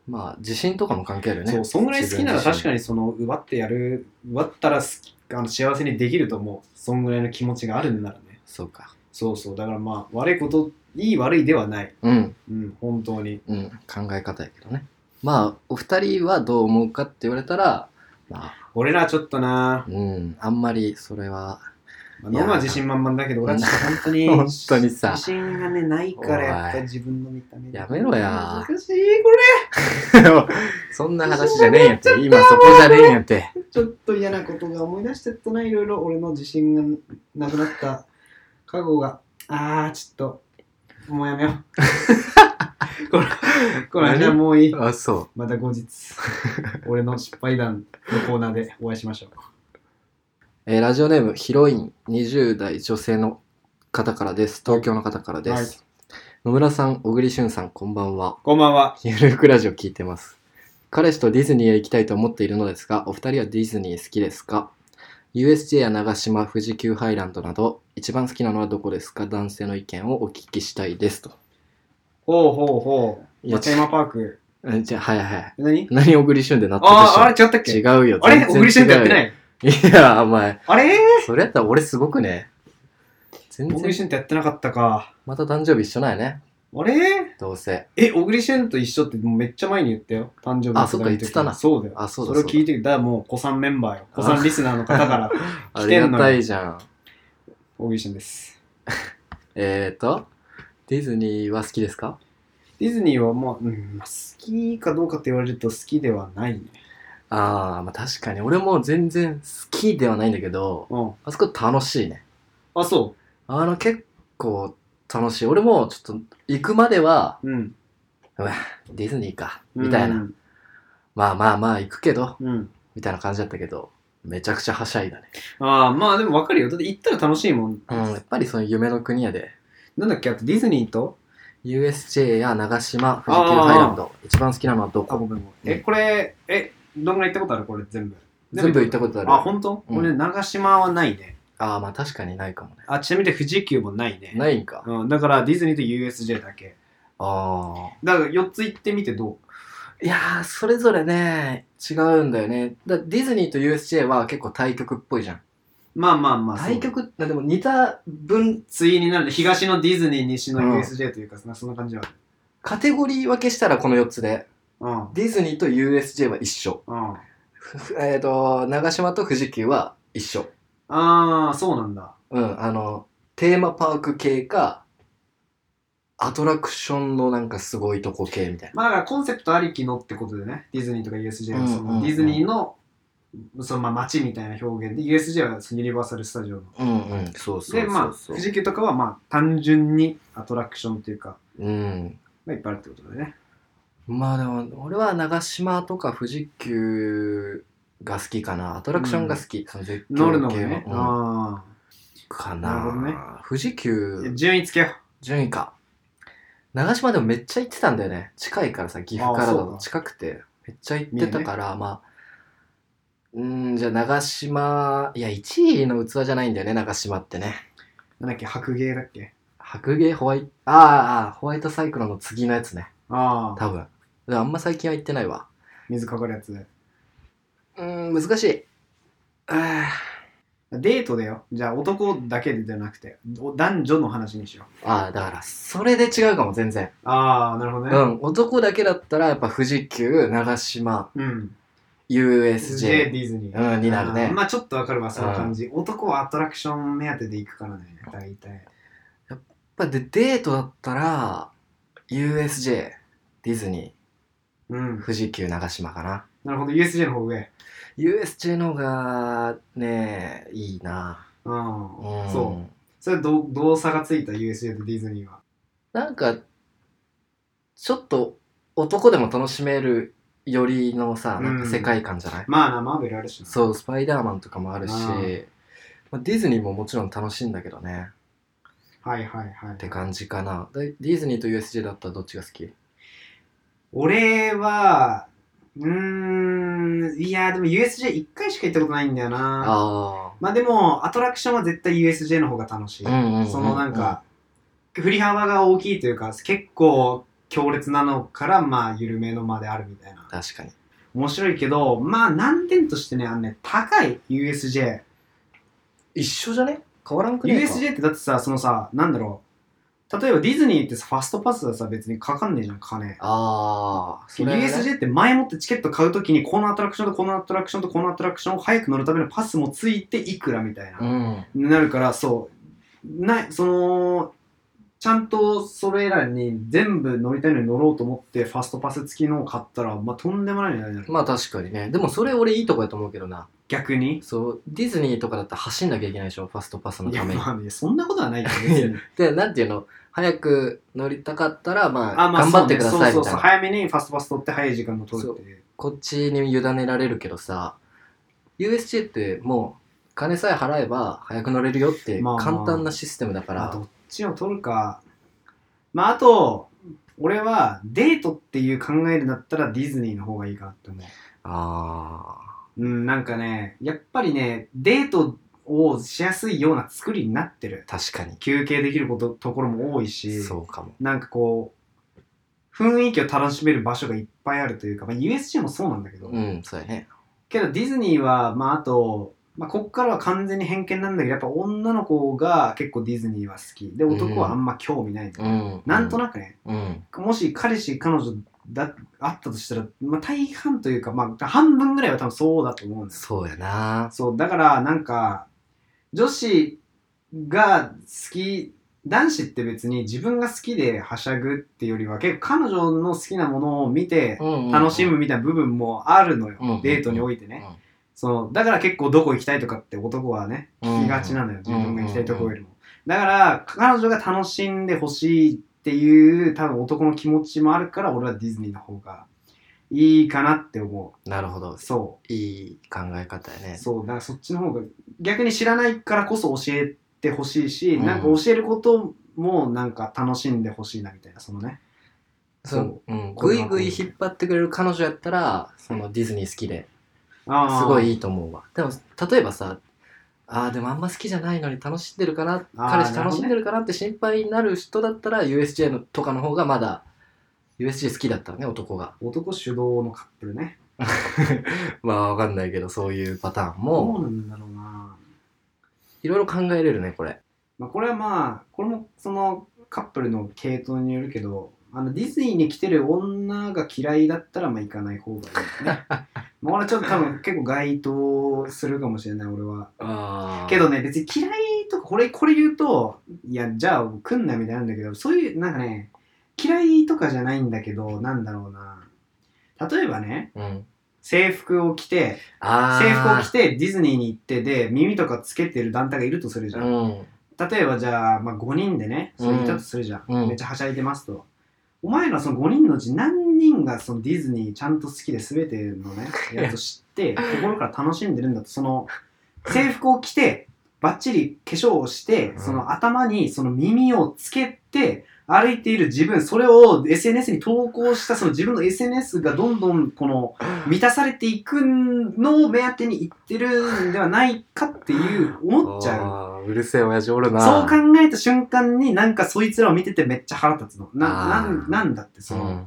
Speaker 1: まあ自信とかも関係あるよね
Speaker 3: そう、そんぐらい好きなら確か
Speaker 1: に
Speaker 3: にその、奪ってやる、奪ったら好きあの幸せにできると思う。そんぐらいの気持ちがあるんならね。
Speaker 1: そうか
Speaker 3: そうそう、だからまあ、悪いこと、いい悪いではない。
Speaker 1: うん
Speaker 3: うん、本当に。
Speaker 1: うん考え方やけどねまあお二人はどう思うかって言われたらまあ
Speaker 3: 俺らはちょっとな、
Speaker 1: うんあんまりそれは
Speaker 3: まあ、ノマは自信満々だけど、俺はちょっと本当に、
Speaker 1: 本当にさ
Speaker 3: 自信がね、ないから、
Speaker 1: おい
Speaker 3: やっぱり自分の見た目で
Speaker 1: やめろや
Speaker 3: 難しい、これ。
Speaker 1: そんな話じゃねえんや って今そこじゃねえんやって
Speaker 3: ちょっと嫌なことが思い出してったな、いろいろ俺の自信がなくなった過去が。あー、ちょっと、もうや めよう。これ、この話はもういい。
Speaker 1: あそう
Speaker 3: また後日、俺の失敗談のコーナーでお会いしましょう。
Speaker 1: えーラジオネームヒロイン20代女性の方からです東京の方からです、
Speaker 3: はい
Speaker 1: 野村さん小栗旬さんこんばんは
Speaker 3: こんばんは。
Speaker 1: ゆるくラジオ聞いてます彼氏とディズニーへ行きたいと思っているのですがお二人はディズニー好きですか USJ や長島富士急ハイランドなど一番好きなのはどこですか男性の意見をお聞きしたいですと
Speaker 3: ほうほうほう。
Speaker 1: いや
Speaker 3: まあテーマパーク。
Speaker 1: えじゃあはいはい
Speaker 3: 何
Speaker 1: 何小栗旬でなっ
Speaker 3: ああ、あ
Speaker 1: た
Speaker 3: れ違ったっ
Speaker 1: でし
Speaker 3: け
Speaker 1: ょ違うよ
Speaker 3: あれ小栗旬ってやってないい
Speaker 1: いや、お前、
Speaker 3: あれ
Speaker 1: それやったら俺すごくね。全
Speaker 3: 小栗
Speaker 1: 然、
Speaker 3: 旬とやってなかったか。
Speaker 1: また誕生日一緒なんやね。
Speaker 3: あれ
Speaker 1: どうせ。
Speaker 3: え、小栗旬と一緒ってもうめっちゃ前に言ったよ。誕生日
Speaker 1: あそっか言ってたな
Speaker 3: そうだよ。
Speaker 1: あ、そう
Speaker 3: そ
Speaker 1: だ
Speaker 3: れ
Speaker 1: そ
Speaker 3: を
Speaker 1: う
Speaker 3: 聞
Speaker 1: だ。
Speaker 3: いてる。だからもう、子さんメンバーよ。子さんリスナーの方から、
Speaker 1: あ
Speaker 3: 来
Speaker 1: り
Speaker 3: てんのよ
Speaker 1: がたいじゃん。
Speaker 3: 小栗旬です。
Speaker 1: えーと、ディズニーは好きですか
Speaker 3: ディズニーはもう、うん、まあ好きかどうかって言われると好きではないね。
Speaker 1: あー、まあ確かに。俺も全然好きではないんだけど、
Speaker 3: うん。
Speaker 1: あそこ楽しいね。
Speaker 3: あ、そ
Speaker 1: あの、結構楽しい。俺もちょっと、行くまでは、
Speaker 3: う。うん。
Speaker 1: うわ、ディズニーか、みたいな。
Speaker 3: うん。
Speaker 1: まあまあまあ行くけど、
Speaker 3: うん
Speaker 1: みたいな感じだったけど、めちゃくちゃはしゃいだね。
Speaker 3: ああ、まあでも分かるよ。だって行ったら楽しいもん。
Speaker 1: うん、やっぱりその夢の国やで、
Speaker 3: なんだっけ、あとディズニーと
Speaker 1: USJ や長島、富士急ハイランド、一番好きなのはど
Speaker 3: あ、
Speaker 1: こ
Speaker 3: ごめんごめん。え、これ、え、どんぐらい行ったことあるこれ全部。
Speaker 1: 全部行ったことある。
Speaker 3: あ、ほんと
Speaker 1: うん
Speaker 3: 俺、長島はないね。
Speaker 1: あーまあ確かにないかもね。
Speaker 3: あ、ちなみに富士急もないね。
Speaker 1: ないんか。
Speaker 3: うん、だからディズニーと USJ だけ。
Speaker 1: ああ。
Speaker 3: だから4つ行ってみてど
Speaker 1: いやー、それぞれね、違うんだよね。だディズニーと USJ は結構対極っぽいじゃん。
Speaker 3: うまあまあまあ。
Speaker 1: 対極、なでも似た分、
Speaker 3: 対になるんで、東のディズニー、西
Speaker 1: うん
Speaker 3: の USJ というか、そんなそんな感じは
Speaker 1: カテゴリー分けしたらこの4つで、
Speaker 3: うん。
Speaker 1: ディズニーと USJ は一緒。
Speaker 3: うん。
Speaker 1: ふふ えっ、と、長島と富士急は一緒。
Speaker 3: ああ、そうなんだ。
Speaker 1: うん、あの、テーマパーク系か、アトラクションのなんかすごいとこ系みたいな。
Speaker 3: まあだからコンセプトありきのってことでね、ディズニーとか USJ は
Speaker 1: う
Speaker 3: そ
Speaker 1: んうんうん
Speaker 3: のディズニーのそのまあ街みたいな表現で、USJ はそのユニバーサル・スタジオの。
Speaker 1: うんうん、そうそうそうそう。
Speaker 3: で、まあ、富士急とかはまあ単純にアトラクションというか、
Speaker 1: うん。
Speaker 3: まあ、いっぱいあるってことでね。
Speaker 1: まあでも、俺は長島とか富士急が好きかな。アトラクションが好き。その絶景系
Speaker 3: 乗るのもね。
Speaker 1: うん
Speaker 3: あ
Speaker 1: か
Speaker 3: なるほどね
Speaker 1: な。富士
Speaker 3: あー
Speaker 1: 急、
Speaker 3: 順位つけよう。
Speaker 1: 順位か。長島でもめっちゃ行ってたんだよね。近いからさ、岐阜からだ
Speaker 3: あそう
Speaker 1: と
Speaker 3: か
Speaker 1: 近くて。めっちゃ行ってたから、まあ。うーん、じゃあ長島、いや、1位の器じゃないんだよね、長島ってね。
Speaker 3: なんだっけ、白芸だっけ。
Speaker 1: 白芸ホワイト、あーあー、ホワイトサイクロンの次のやつね。
Speaker 3: ああ、
Speaker 1: 多分。であんま最近は行ってないわ。
Speaker 3: 水かかるやつ。
Speaker 1: うーん、難しい。あ
Speaker 3: デートだよ。じゃあ男だけじゃなくて、お男女の話にしよ
Speaker 1: ーあー、だから、それで違うかも、全然。
Speaker 3: う。ああ、なるほど
Speaker 1: う
Speaker 3: ね。
Speaker 1: ん、男だけだったら、やっぱ富士急、長島、
Speaker 3: うん。J、
Speaker 1: USJ。
Speaker 3: ディズニー。
Speaker 1: うん、になる
Speaker 3: あー
Speaker 1: ね。
Speaker 3: まあちょっとわかるわ、その感じ。男はアトラクション目当てで行くからね、大体。
Speaker 1: やっぱで、デートだったら、USJ、ディズニ
Speaker 3: うん
Speaker 1: ー、。富士急、長島かな。
Speaker 3: なるほど、USJ の方上。
Speaker 1: USJ の方が、ねいいな。
Speaker 3: うん。
Speaker 1: うん。
Speaker 3: そう。それどう、どう差がついた USJ とディズニーは。
Speaker 1: なんか、ちょっと、男でも楽しめるよりのさ、なんか世界観じゃない、
Speaker 3: まあな、マーベルあるしな。
Speaker 1: そう、スパイダーマンとかもあるし、
Speaker 3: あー
Speaker 1: まあ、ディズニーももちろん楽しいんだけどね。
Speaker 3: はいはいはい
Speaker 1: って。感じかな。でディズニーと USJ だったらどっちが好き
Speaker 3: 俺は、うーん、いや、でも USJ 一回しか行ったことないんだよな。
Speaker 1: あ
Speaker 3: まあでも、アトラクションは絶対 USJ の方が楽しい。
Speaker 1: あ。うんうんうん
Speaker 3: そのなんか、振り幅が大きいというか、結構強烈なのから、まあ、緩めのまであるみたいな
Speaker 1: う。ん。確かに。
Speaker 3: 面白いけど、まあ、難点としてね、あのね、高い USJ。
Speaker 1: 一緒じゃね変わらんくねえか
Speaker 3: USJ ってだってさ、そのさ、なんだろう。例えばディズニーってさ、ファストパスはさ、別にかかんねえじゃん、金。
Speaker 1: ああ。それはね
Speaker 3: USJ って前もってチケット買うときに、このアトラクションとこのアトラクションとこのアトラクションを早く乗るためのパスもついていくらみたいな。
Speaker 1: うん。
Speaker 3: なるからそうないそのちゃんとそれらに全部乗りたいのに乗ろうと思ってファストパス付きのを買ったら、まあ、とんでもないのになる
Speaker 1: まあ確かにね。でもそれ俺いいとこやと思うけどな。
Speaker 3: 逆に
Speaker 1: そう、ディズニーとかだったら走んなきゃいけないでしょファストパスの
Speaker 3: い
Speaker 1: た
Speaker 3: や
Speaker 1: めに。
Speaker 3: まあ、ね、そんなことはないよ別に
Speaker 1: で、なんていうの早く乗りたかったら、まあ、
Speaker 3: あ、まあ、
Speaker 1: 頑張ってください
Speaker 3: そうねそう
Speaker 1: みたい
Speaker 3: そうそう
Speaker 1: な。
Speaker 3: 早めにファストパス取って早い時間も取るっていう
Speaker 1: こっちに委ねられるけどさ USJ ってもう金さえ払えば早く乗れるよって
Speaker 3: まあまあ
Speaker 1: 簡単なシステムだから、
Speaker 3: まあどっちを取るかまああと俺はデートっていう考えるんだったらディズニーの方がいいかなって思う
Speaker 1: あ
Speaker 3: うんなんかねやっぱりねデートをしやすいような作りになってる
Speaker 1: ー確かに
Speaker 3: 休憩できることところも多いし
Speaker 1: そうかも
Speaker 3: なんかこう雰囲気を楽しめる場所がいっぱいあるというか、まあ、USJ もそうなんだけど、
Speaker 1: うんそうやね
Speaker 3: けどディズニーはまああとまあ、こっからは完全に偏見なんだけどやっぱ女の子が結構ディズニーは好きで男はあんま興味ないみたいな、
Speaker 1: ん
Speaker 3: なんと
Speaker 1: な
Speaker 3: なくね
Speaker 1: く、うん、
Speaker 3: もし彼氏彼女だあったとしたら、まあ、大半というか、まあ、半分ぐらいは多分そうだと思うんです
Speaker 1: そうやな
Speaker 3: そうだからなんか女子が好き男子って別に自分が好きではしゃぐっていうよりは結構彼女の好きなものを見て楽しむみたいな部分もあるのよ、
Speaker 1: うんうんうん
Speaker 3: デートにおいてね、
Speaker 1: うん
Speaker 3: そのだから結構どこ行きたいとかって男はね聞きがちなのよ、自分が行きたいとこよりも、だから彼女が楽しんでほしいっていう多分男の気持ちもあるから俺はディズニーの方がいいかなって思
Speaker 1: なるほど
Speaker 3: うそう
Speaker 1: いい考え方やね
Speaker 3: そうだからそっちの方が逆に知らないからこそ教えてほしいし、
Speaker 1: うん
Speaker 3: なんか教えることもなんか楽しんでほしいなみたいなそのね
Speaker 1: そう、うん、
Speaker 3: こ
Speaker 1: ぐ
Speaker 3: れ
Speaker 1: い
Speaker 3: は
Speaker 1: ぐい引っ張ってくれる彼女やったらそのディズニー好きで
Speaker 3: あー
Speaker 1: すごいいいと思うわでも例えばさあーでもあんま好きじゃないのに楽しんでるかな
Speaker 3: あー
Speaker 1: 彼氏楽しんでるかなって心配になる人だったら USJ のとかの方がまだ USJ 好きだったらね男 が
Speaker 3: 男主導のカップルね
Speaker 1: まあわかんないけどそういうパターン
Speaker 3: ど
Speaker 1: も
Speaker 3: うなんだろうな、
Speaker 1: いろいろ考えれるねこれ
Speaker 3: まあ、これはまあこれもそのカップルの系統によるけどあのディズニーに来てる女が嫌いだったらまあ行かない方がいいで すねまあ俺はちょっと多分結構該当するかもしれない俺は
Speaker 1: あ
Speaker 3: けどね別に嫌いとかこれこれ言うといやじゃあ来んなみたいなんだけどそういうなんかね嫌いとかじゃないんだけどなんだろうな例えばね
Speaker 1: うん
Speaker 3: 制服を着て
Speaker 1: あー
Speaker 3: 制服を着てディズニーに行ってで耳とかつけてる団体がいるとするじゃん、
Speaker 1: うん
Speaker 3: 例えばじゃあ、まあ、5人でねそれいたとするじゃん、
Speaker 1: うん
Speaker 3: めっちゃはしゃいでますと。お前らその5人のうち何人がそのディズニーちゃんと好きで全ての ね、やつを知って、心から楽しんでるんだと、その制服を着て、バッチリ化粧をして
Speaker 1: う、ん
Speaker 3: その頭にその耳をつけて歩いている自分、それを SNS に投稿したその自分の SNS がどんどんこの満たされていくのを目当てにいってるんではないかっていう思っちゃう。
Speaker 1: ううるせえ親父おるな
Speaker 3: そう考えた瞬間になんかそいつらを見ててめっちゃ腹立つの。な、な
Speaker 1: あー
Speaker 3: んなんだってその、
Speaker 1: うん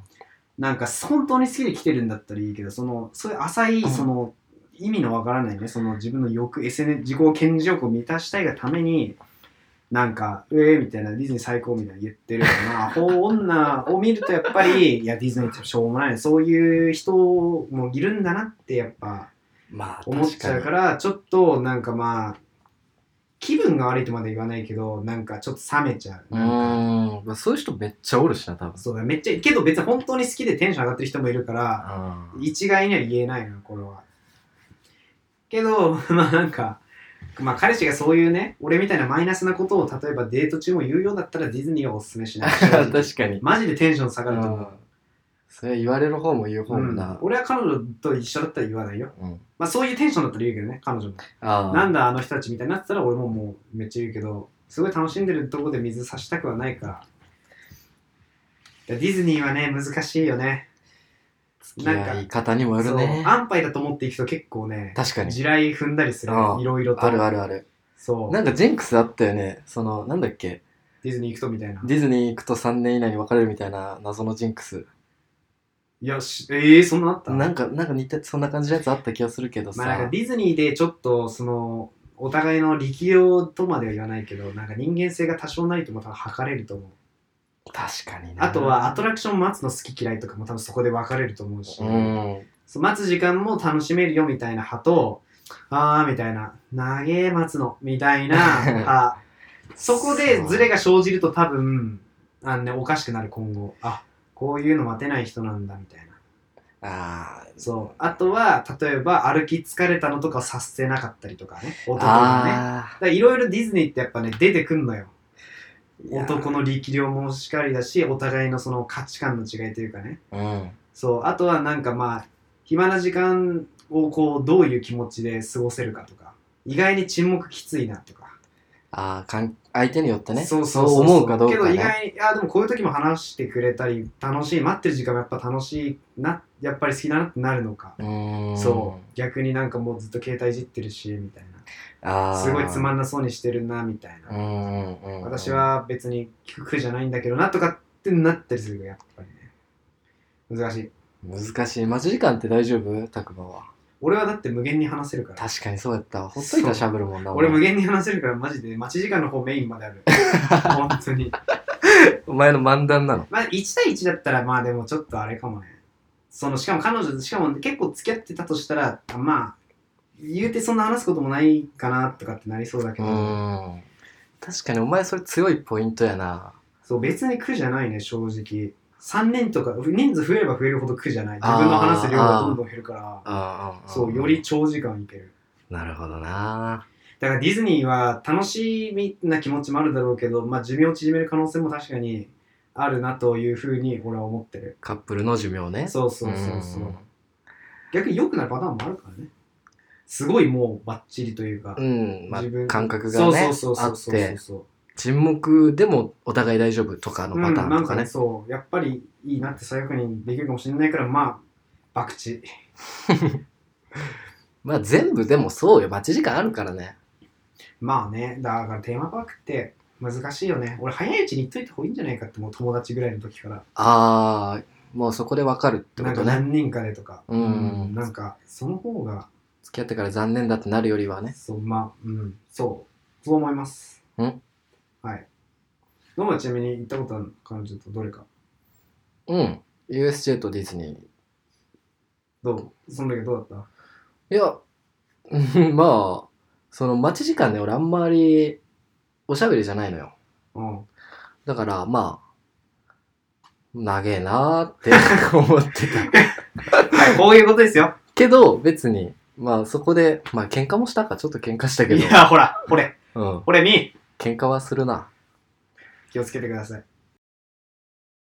Speaker 3: なんか本当に好きで来てるんだったらいいけど、その、そういう浅い、
Speaker 1: うん
Speaker 3: その、意味のわからないね、その自分の欲、SNS、自己顕示欲を満たしたいがために、なんか、えーみたいな、ディズニー最高みたいな言ってるような、アホ女を見るとやっぱり、いや、ディズニーってしょうもない、そういう人もいるんだなってやっぱ
Speaker 1: まあ
Speaker 3: 思っちゃう
Speaker 1: 確か
Speaker 3: か、
Speaker 1: ら
Speaker 3: ちょっとなんかまあ、気分が悪いとまで言わないけど、なんかちょっと冷めちゃう。
Speaker 1: にう
Speaker 3: なんか
Speaker 1: んまあそういう人めっちゃおるしな多分
Speaker 3: そうだ、めっちゃ、けど別に本当に好きでテンション上がってる人もいるから、
Speaker 1: うん
Speaker 3: 一概には言えないな、これは。けど、 まあなんか、まあ彼氏がそういうね、俺みたいなマイナスなことを例えばデート中も言うようだったらディズニーはおすすめしない。
Speaker 1: 確かに
Speaker 3: マジでテンション下がると思う。
Speaker 1: それ言われる方も言う方も
Speaker 3: うん
Speaker 1: な、
Speaker 3: 俺は彼女と一緒だったら言わないよ。
Speaker 1: うん
Speaker 3: まあそういうテンションだったら言うけどね、彼女も。
Speaker 1: ああ
Speaker 3: なんだあの人たちみたいになってたら俺ももうめっちゃ言うけどすごい楽しんでるところで水差したくはないからディズニーはね難しいよね
Speaker 1: 付き合い方にもよるね
Speaker 3: そう安牌だと思っていくと結構ね
Speaker 1: 確かに
Speaker 3: 地雷踏んだりする
Speaker 1: ああ
Speaker 3: いろいろと
Speaker 1: あるあるある
Speaker 3: そう
Speaker 1: なんかジェンクスあったよねそのなんだっけ
Speaker 3: ディズニー行くとみたいな
Speaker 1: ディズニー行くと3年以内に別れるみたいな謎のジンクス
Speaker 3: いやしええそんなのあった
Speaker 1: なんかなんか似てそんな感じのやつあった気がするけどさ、
Speaker 3: まあなんかディズニーでちょっとそのお互いの力量とまでは言わないけどなんか人間性が多少ないとも多分測れると思う
Speaker 1: 確かにね
Speaker 3: あとはアトラクション待つの好き嫌いとかも多分そこで分かれると思うし、
Speaker 1: うん
Speaker 3: そう待つ時間も楽しめるよみたいな派と、あーみたいな、長え待つのみたいな派。そこでズレが生じると多分、あのね、おかしくなる今後。あ、こういうの待てない人なんだみたいな。
Speaker 1: ああ
Speaker 3: そう。あとは、例えば歩き疲れたのとかをさせなかったりとかね。男がね。だか
Speaker 1: あ
Speaker 3: らいろいろディズニーってやっぱね、出てくんのよ。
Speaker 1: ーいや
Speaker 3: 男の力量もしかりだし、お互いのその価値観の違いというかね。
Speaker 1: うん
Speaker 3: そうあとはなんかまあ暇な時間をこうどういう気持ちで過ごせるかとか意外に沈黙きついなとか,、
Speaker 1: ああかん相手によってね思うかどうか、ね、
Speaker 3: けど意外にあでもこういう時も話してくれたり楽しい待ってる時間もやっぱ楽しいなやっぱり好きだなってなるのか、
Speaker 1: うーん
Speaker 3: そう逆になんかもうずっと携帯いじってるしみたい
Speaker 1: あ
Speaker 3: な
Speaker 1: あ
Speaker 3: すごいつまんなそうにしてるなみたいな、
Speaker 1: うんうんうん
Speaker 3: 私は別に苦じゃないんだけどなとかってなったりするやっぱりね難しい
Speaker 1: 難しい待ち時間って大丈夫拓馬は
Speaker 3: 俺はだって無限に話せるから。
Speaker 1: 確かにそうやったわほっといたらしゃべるもんな
Speaker 3: 俺無
Speaker 1: も
Speaker 3: 限に話せるから、マジで、待ち時間の方メインまで ある。本当に。
Speaker 1: お前の漫談なの
Speaker 3: まあ、1対1だったら、まあでもちょっとあれかもね。その、しかも彼女、しかも結構付き合ってたとしたら、まあ、言うてそんな話すこともないかなとかってなりそうだけ
Speaker 1: う
Speaker 3: ど、
Speaker 1: ーん確かにお前それ強いポイントやな
Speaker 3: そう、別に苦じゃないね、正直。3年とか、人数増えれば増えるほど苦じゃない。自分の話す量がどんどん減るから、
Speaker 1: ああ
Speaker 3: そう、より長時間いける。
Speaker 1: なるほどな
Speaker 3: だからディズニーは楽しみな気持ちもあるだろうけど、まあ、寿命を縮める可能性も確かにあるなというふうに俺は思ってる。
Speaker 1: カップルの寿命ね
Speaker 3: そうそうそうそう
Speaker 1: うん。
Speaker 3: 逆に良くなるパターンもあるからね。すごいもうバッチリというか。
Speaker 1: うん、まあ
Speaker 3: 自分、
Speaker 1: 感覚が
Speaker 3: そう
Speaker 1: ね
Speaker 3: そうそう
Speaker 1: あ
Speaker 3: そう
Speaker 1: っ
Speaker 3: そうそう
Speaker 1: て
Speaker 3: そう。
Speaker 1: 沈黙でもお互い大丈夫とかの
Speaker 3: う
Speaker 1: パ
Speaker 3: ん
Speaker 1: タ
Speaker 3: な
Speaker 1: ーン
Speaker 3: ん
Speaker 1: とか
Speaker 3: かね、
Speaker 1: ね、
Speaker 3: そう、やっぱりいいなって最悪にできるかもしれないから、まあ、博打。
Speaker 1: まあ全部でもそうよ待ち時間あるからね
Speaker 3: まあね、だからテーマパークって難しいよね。俺早いうちに行っといた方がいいんじゃないかって、もう友達ぐらいの時から。
Speaker 1: ああもうそこでわかるってこ
Speaker 3: なん
Speaker 1: と
Speaker 3: か
Speaker 1: ね
Speaker 3: 何人かでとか。
Speaker 1: うん
Speaker 3: なんか、その方が、
Speaker 1: 付き合ってから残念だってなるよりはね
Speaker 3: そう、まあ、うん、そう、そう思います。
Speaker 1: うん
Speaker 3: はい。どうもちなみに行ったことあるの彼女とどれか。
Speaker 1: うん。USJ とディズニ
Speaker 3: どうその時どうだっ
Speaker 1: ー。いや、うんまあ、その待ち時間ね、俺あんまりおしゃべりじゃないのよ。
Speaker 3: たうん。
Speaker 1: だから、まあ、長えなーって 思ってた。
Speaker 3: はい、こういうことですよ。
Speaker 1: けど、別に、まあそこで、まあ喧嘩もしたか、ちょっと喧嘩したけ
Speaker 3: いや、ほら、これ、
Speaker 1: ど、うん。
Speaker 3: これ、み
Speaker 1: 喧嘩はするな。
Speaker 3: 気をつけてください。